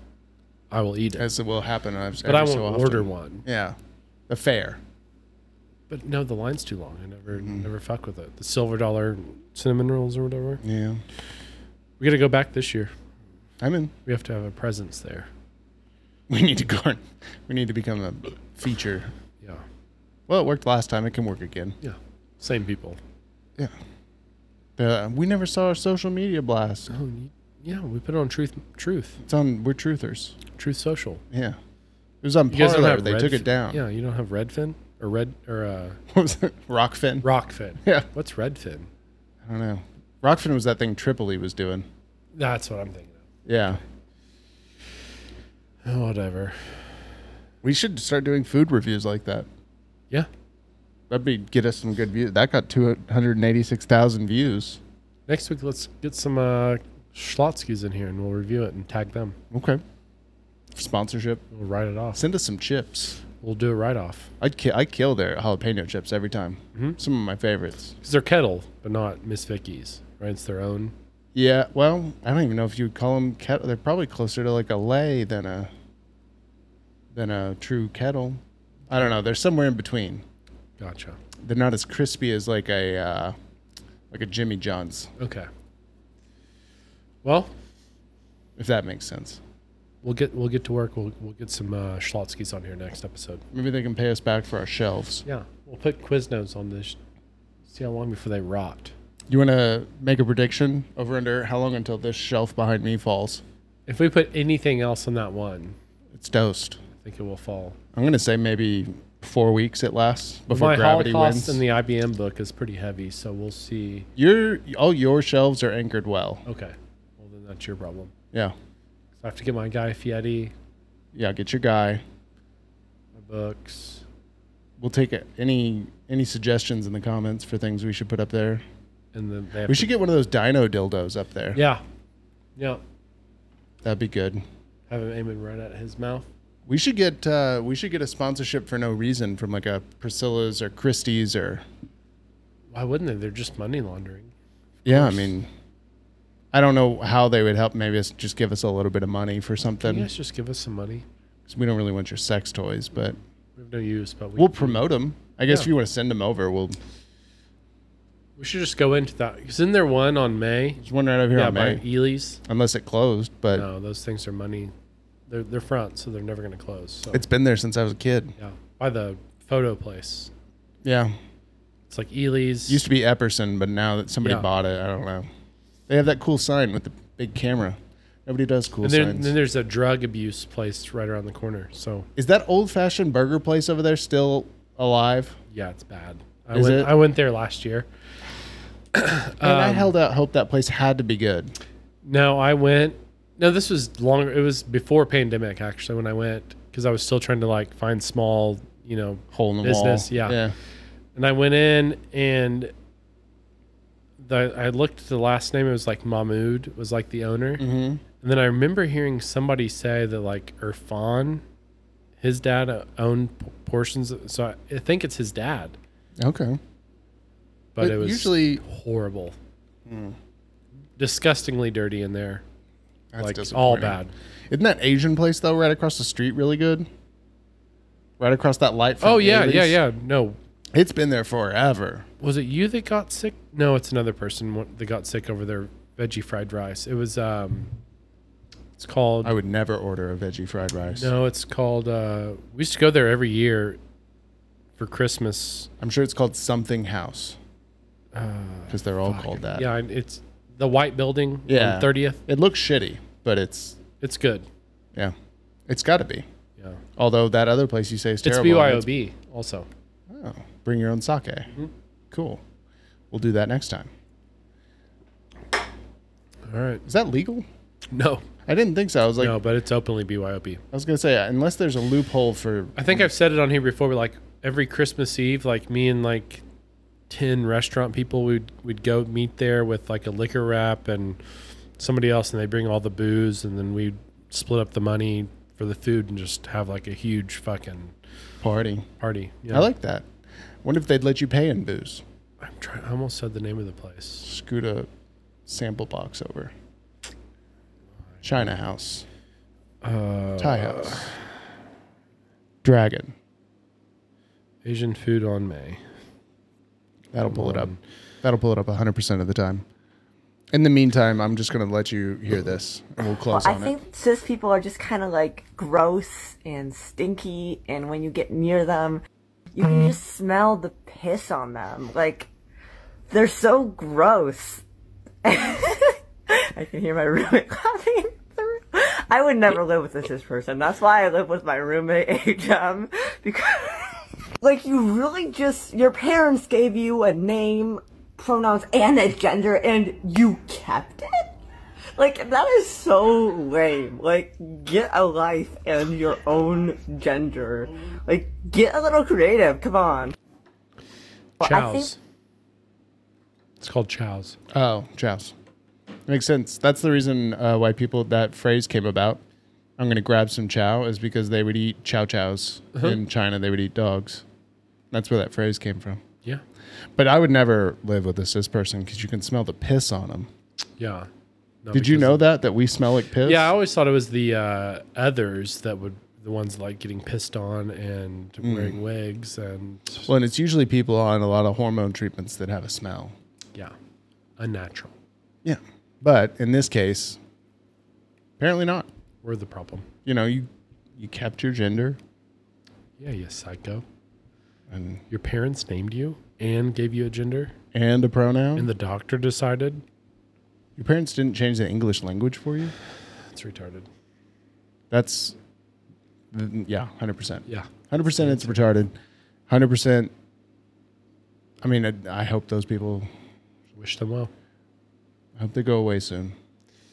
I will eat it.
As it will happen. I've,
But I
every
won't
so often.
order one.
Yeah, the fair.
But no, the line's too long. I never,
Mm-hmm.
never fuck with it. The silver dollar cinnamon rolls or whatever.
Yeah,
we gotta go back this year.
I'm in.
We have to have a presence there.
We need to go. on- We need to become a feature.
Yeah.
Well, it worked last time. It can work again.
Yeah. Same people.
Yeah. Uh, we never saw our social media blast.
Oh, you- yeah. We put it on Truth. Truth.
It's on. We're truthers.
Truth Social.
Yeah. It was on
You guys don't
Parler.
have
They took
Redfin-
it down.
Yeah, you don't have Redfin. or red or uh,
what was it? Rockfin.
Rockfin.
Yeah.
What's redfin?
I don't know. Rockfin was that thing Tripoli was doing.
That's what I'm thinking. Oh,
Yeah.
Whatever.
We should start doing food reviews like that.
Yeah.
That'd be get us some good views. That got two hundred and eighty six thousand views.
Next week, let's get some uh, Schlotzkys in here and we'll review it and tag them.
Okay. Sponsorship.
We'll write it off.
Send us some chips.
We'll do a write off.
I'd ki- I kill their jalapeno chips every time.
Mm-hmm.
Some of my favorites.
Because they're kettle, but not Miss Vicky's, right? It's their own.
Yeah. Well, I don't even know if you would call them kettle. They're probably closer to like a lay than a than a true kettle. I don't know. They're somewhere in between.
Gotcha.
They're not as crispy as like a uh, like a Jimmy John's,
Okay. Well,
if that makes sense.
we'll get we'll get to work. We'll we'll get some uh, Schlotzkys on here next episode.
Maybe they can pay us back for our shelves.
Yeah, we'll put Quiznos on this. See how long before they rot.
You want to make a prediction over under how long until this shelf behind me falls?
If we put anything else on that one,
It's toast.
I think it will fall.
I'm gonna say maybe four weeks it lasts before
My
gravity
Holocaust
wins.
in the IBM book is pretty heavy, so we'll see.
your all your shelves are anchored well.
Okay, well then that's your problem.
Yeah,
So I have to get my guy Fietti,
yeah. Get your guy.
my books.
We'll take it. any any suggestions in the comments for things we should put up there.
And then they have
We
to-
should get one of those dino dildos up there.
Yeah. Yeah.
that'd be good.
Have him aiming right at his mouth.
We should get uh, we should get a sponsorship for no reason from like a Priscilla's or Christie's or
Why wouldn't they? They're just money laundering.
yeah. I mean, I don't know how they would help. Maybe it's just give us a little bit of money for
Can
something.
you guys just give us some money?
'Cause we don't really want your sex toys, but
We have no use, but we
we'll promote them. I guess
Yeah.
if you want to send them over, we'll.
we should just go into that. Because isn't there one on May?
There's one right over here
yeah,
on
by
May,
Ely's.
unless it closed. But
No, those things are money. They're they're front, so they're never going to close. So
it's been there since I was a kid.
yeah, by the photo place.
Yeah,
It's like Ely's.
It used to be Epperson, but now that somebody
Yeah.
bought it, I don't know. They have that cool sign with the big camera. Nobody does cool
and then,
signs.
then there's a drug abuse place right around the corner. So
Is that old fashioned burger place over there still alive?
yeah, it's bad. I
Is
went
it?
I went there last year.
And I
Um,
held out hope that place had to be good.
No, I went. No, this was longer. It was before pandemic actually when I went because I was still trying to like find small, you know,
Hole in the
business.
wall.
Yeah. And I went in and the, I looked at the last name. It was like Mahmood was like the owner.
Mhm.
And then I remember hearing somebody say that like Irfan, his dad uh, owned p- portions. Of, so I, I think it's his dad,
Okay.
but,
But
it was
usually- Hmm.
horrible, disgustingly dirty in there,
That's
like all
disappointing.
bad.
Isn't that Asian place though right across the street really good? Right across that light. From
oh yeah,
Ailey's?
yeah, yeah. No,
It's been there forever.
was it you that got sick? No, it's another person wa- that got sick over their veggie fried rice. It was um, it's called
I would never order a veggie fried rice.
No, it's called. Uh, we used to go there every year for Christmas.
I'm sure it's called something house. Because they're all called that.
Uh, Yeah, and it's the white building.
Uh, Yeah.
on thirtieth.
It looks shitty, but it's
It's good.
yeah. It's gotta be.
Yeah,
Although that other place you say is
it's
terrible. and
BYOB also.
it's- oh, bring your own sake.
Mm-hmm.
Cool. We'll do that next time.
All right.
Is that legal?
No,
I didn't think so. I was like
no, but it's openly BYOB.
I was gonna say uh, unless there's a loophole for
I think I've said it on here before, but like every Christmas Eve, like me and like ten restaurant people would would go meet there with like a liquor wrap and somebody else, and they bring all the booze, and then we would split up the money for the food and just have like a huge fucking
party.
party. Yeah.
I like that. Wonder if they'd let you pay in booze.
I'm trying. I almost said the name of the place.
Scoot a sample box over. China House.
Uh,
Thai House. Dragon.
Asian food on May.
That'll pull it up.
Mm.
That'll pull it up 100% of the time. In the meantime, I'm just going to let you hear this and we'll close
I
on
think cis people are just kind of like gross and stinky, and when you get near them, you can just smell the piss on them. Like, they're so gross. I can hear my roommate laughing. in the room. I would never live with a cis person. That's why I live with my roommate, Adam, because Like you really just your parents gave you a name, pronouns, and a gender, and you kept it. Like that is so lame. Like get a life and your own gender. Like get a little creative. Come on. Well, I think-
Chows. It's called chows.
Oh, chows. Makes sense. That's the reason uh, why people that phrase came about. I'm gonna grab some chow is because they would eat chow chows
Uh-huh.
in China. They would eat dogs. That's where that phrase came from.
Yeah.
But I would never live with a cis person because you can smell the piss on them.
Yeah. No,
Did you
because-
know that that we smell like piss?
Yeah, I always thought it was the uh, others that would the ones like getting pissed on and
Mm.
wearing wigs and
Well, and it's usually people on a lot of hormone treatments that have a smell.
yeah, unnatural.
Yeah. But in this case, apparently not.
We're the problem.
You know, you you kept your gender.
Yeah, you psycho.
And
your parents named you and gave you a gender
and a pronoun.
And the doctor decided.
Your parents didn't change the English language for you.
That's retarded.
That's yeah, hundred percent.
Yeah.
hundred percent. It's retarded. Hundred percent. I mean, I, I hope those people.
Wish them well.
I hope they go away soon.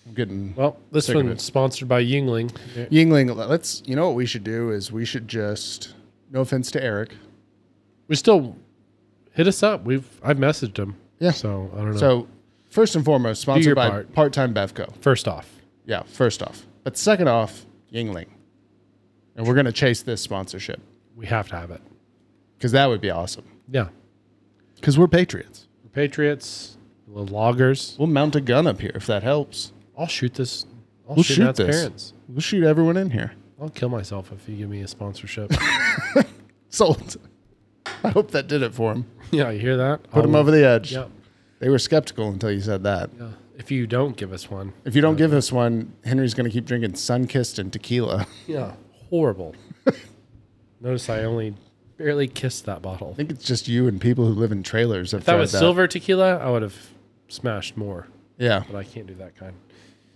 I'm getting
Well, this
sick of
one's
it.
sponsored by Yingling.
Yingling. Let's. You know what we should do is we should just. No offense to Eric.
We still hit us up. We've I've messaged him.
Yeah.
So I don't know.
So first and foremost,
your
sponsored by
part.
Part Time Bevco.
First off.
Yeah. First off, but second off, Yingling, and we're gonna chase this sponsorship
we have to have it.
because that would be awesome.
Yeah.
Because we're patriots.
We're patriots. We're loggers.
We'll mount a gun up here if that helps.
I'll shoot this. I'll
we'll
shoot,
shoot
Matt's
this.
parents.
We'll shoot everyone in here.
I'll kill myself if you give me a sponsorship.
Sold. I hope that did it for him.
yeah, you hear that?
Put
I
him
will-
over the edge.
Yep.
They were skeptical until you said that.
Yeah. If you don't give us one,
If you don't give us one, Henry's going to keep drinking Sunkist and tequila.
yeah, horrible. Notice I only barely kissed that bottle.
I think it's just you and people who live in trailers. Have
If that
tried
was silver tequila, I would have smashed more.
Yeah.
But I can't do that kind.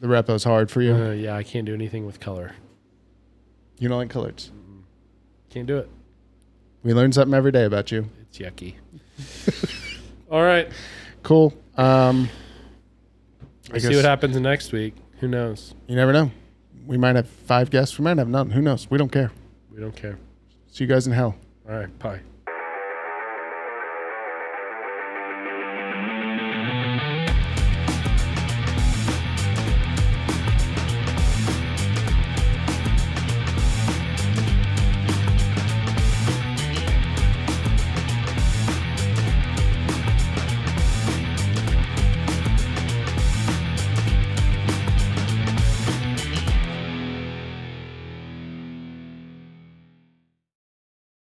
The repo's hard for you.
Uh, yeah, I can't do anything with color.
you don't like colors.
Can't do it.
We learn something every day about you.
It's yucky. All right.
Cool. Um,
I see what happens next week. Who knows?
You never know. We might have five guests. We might have none. Who knows? We don't care.
We don't care.
See you guys in hell.
All right. Bye.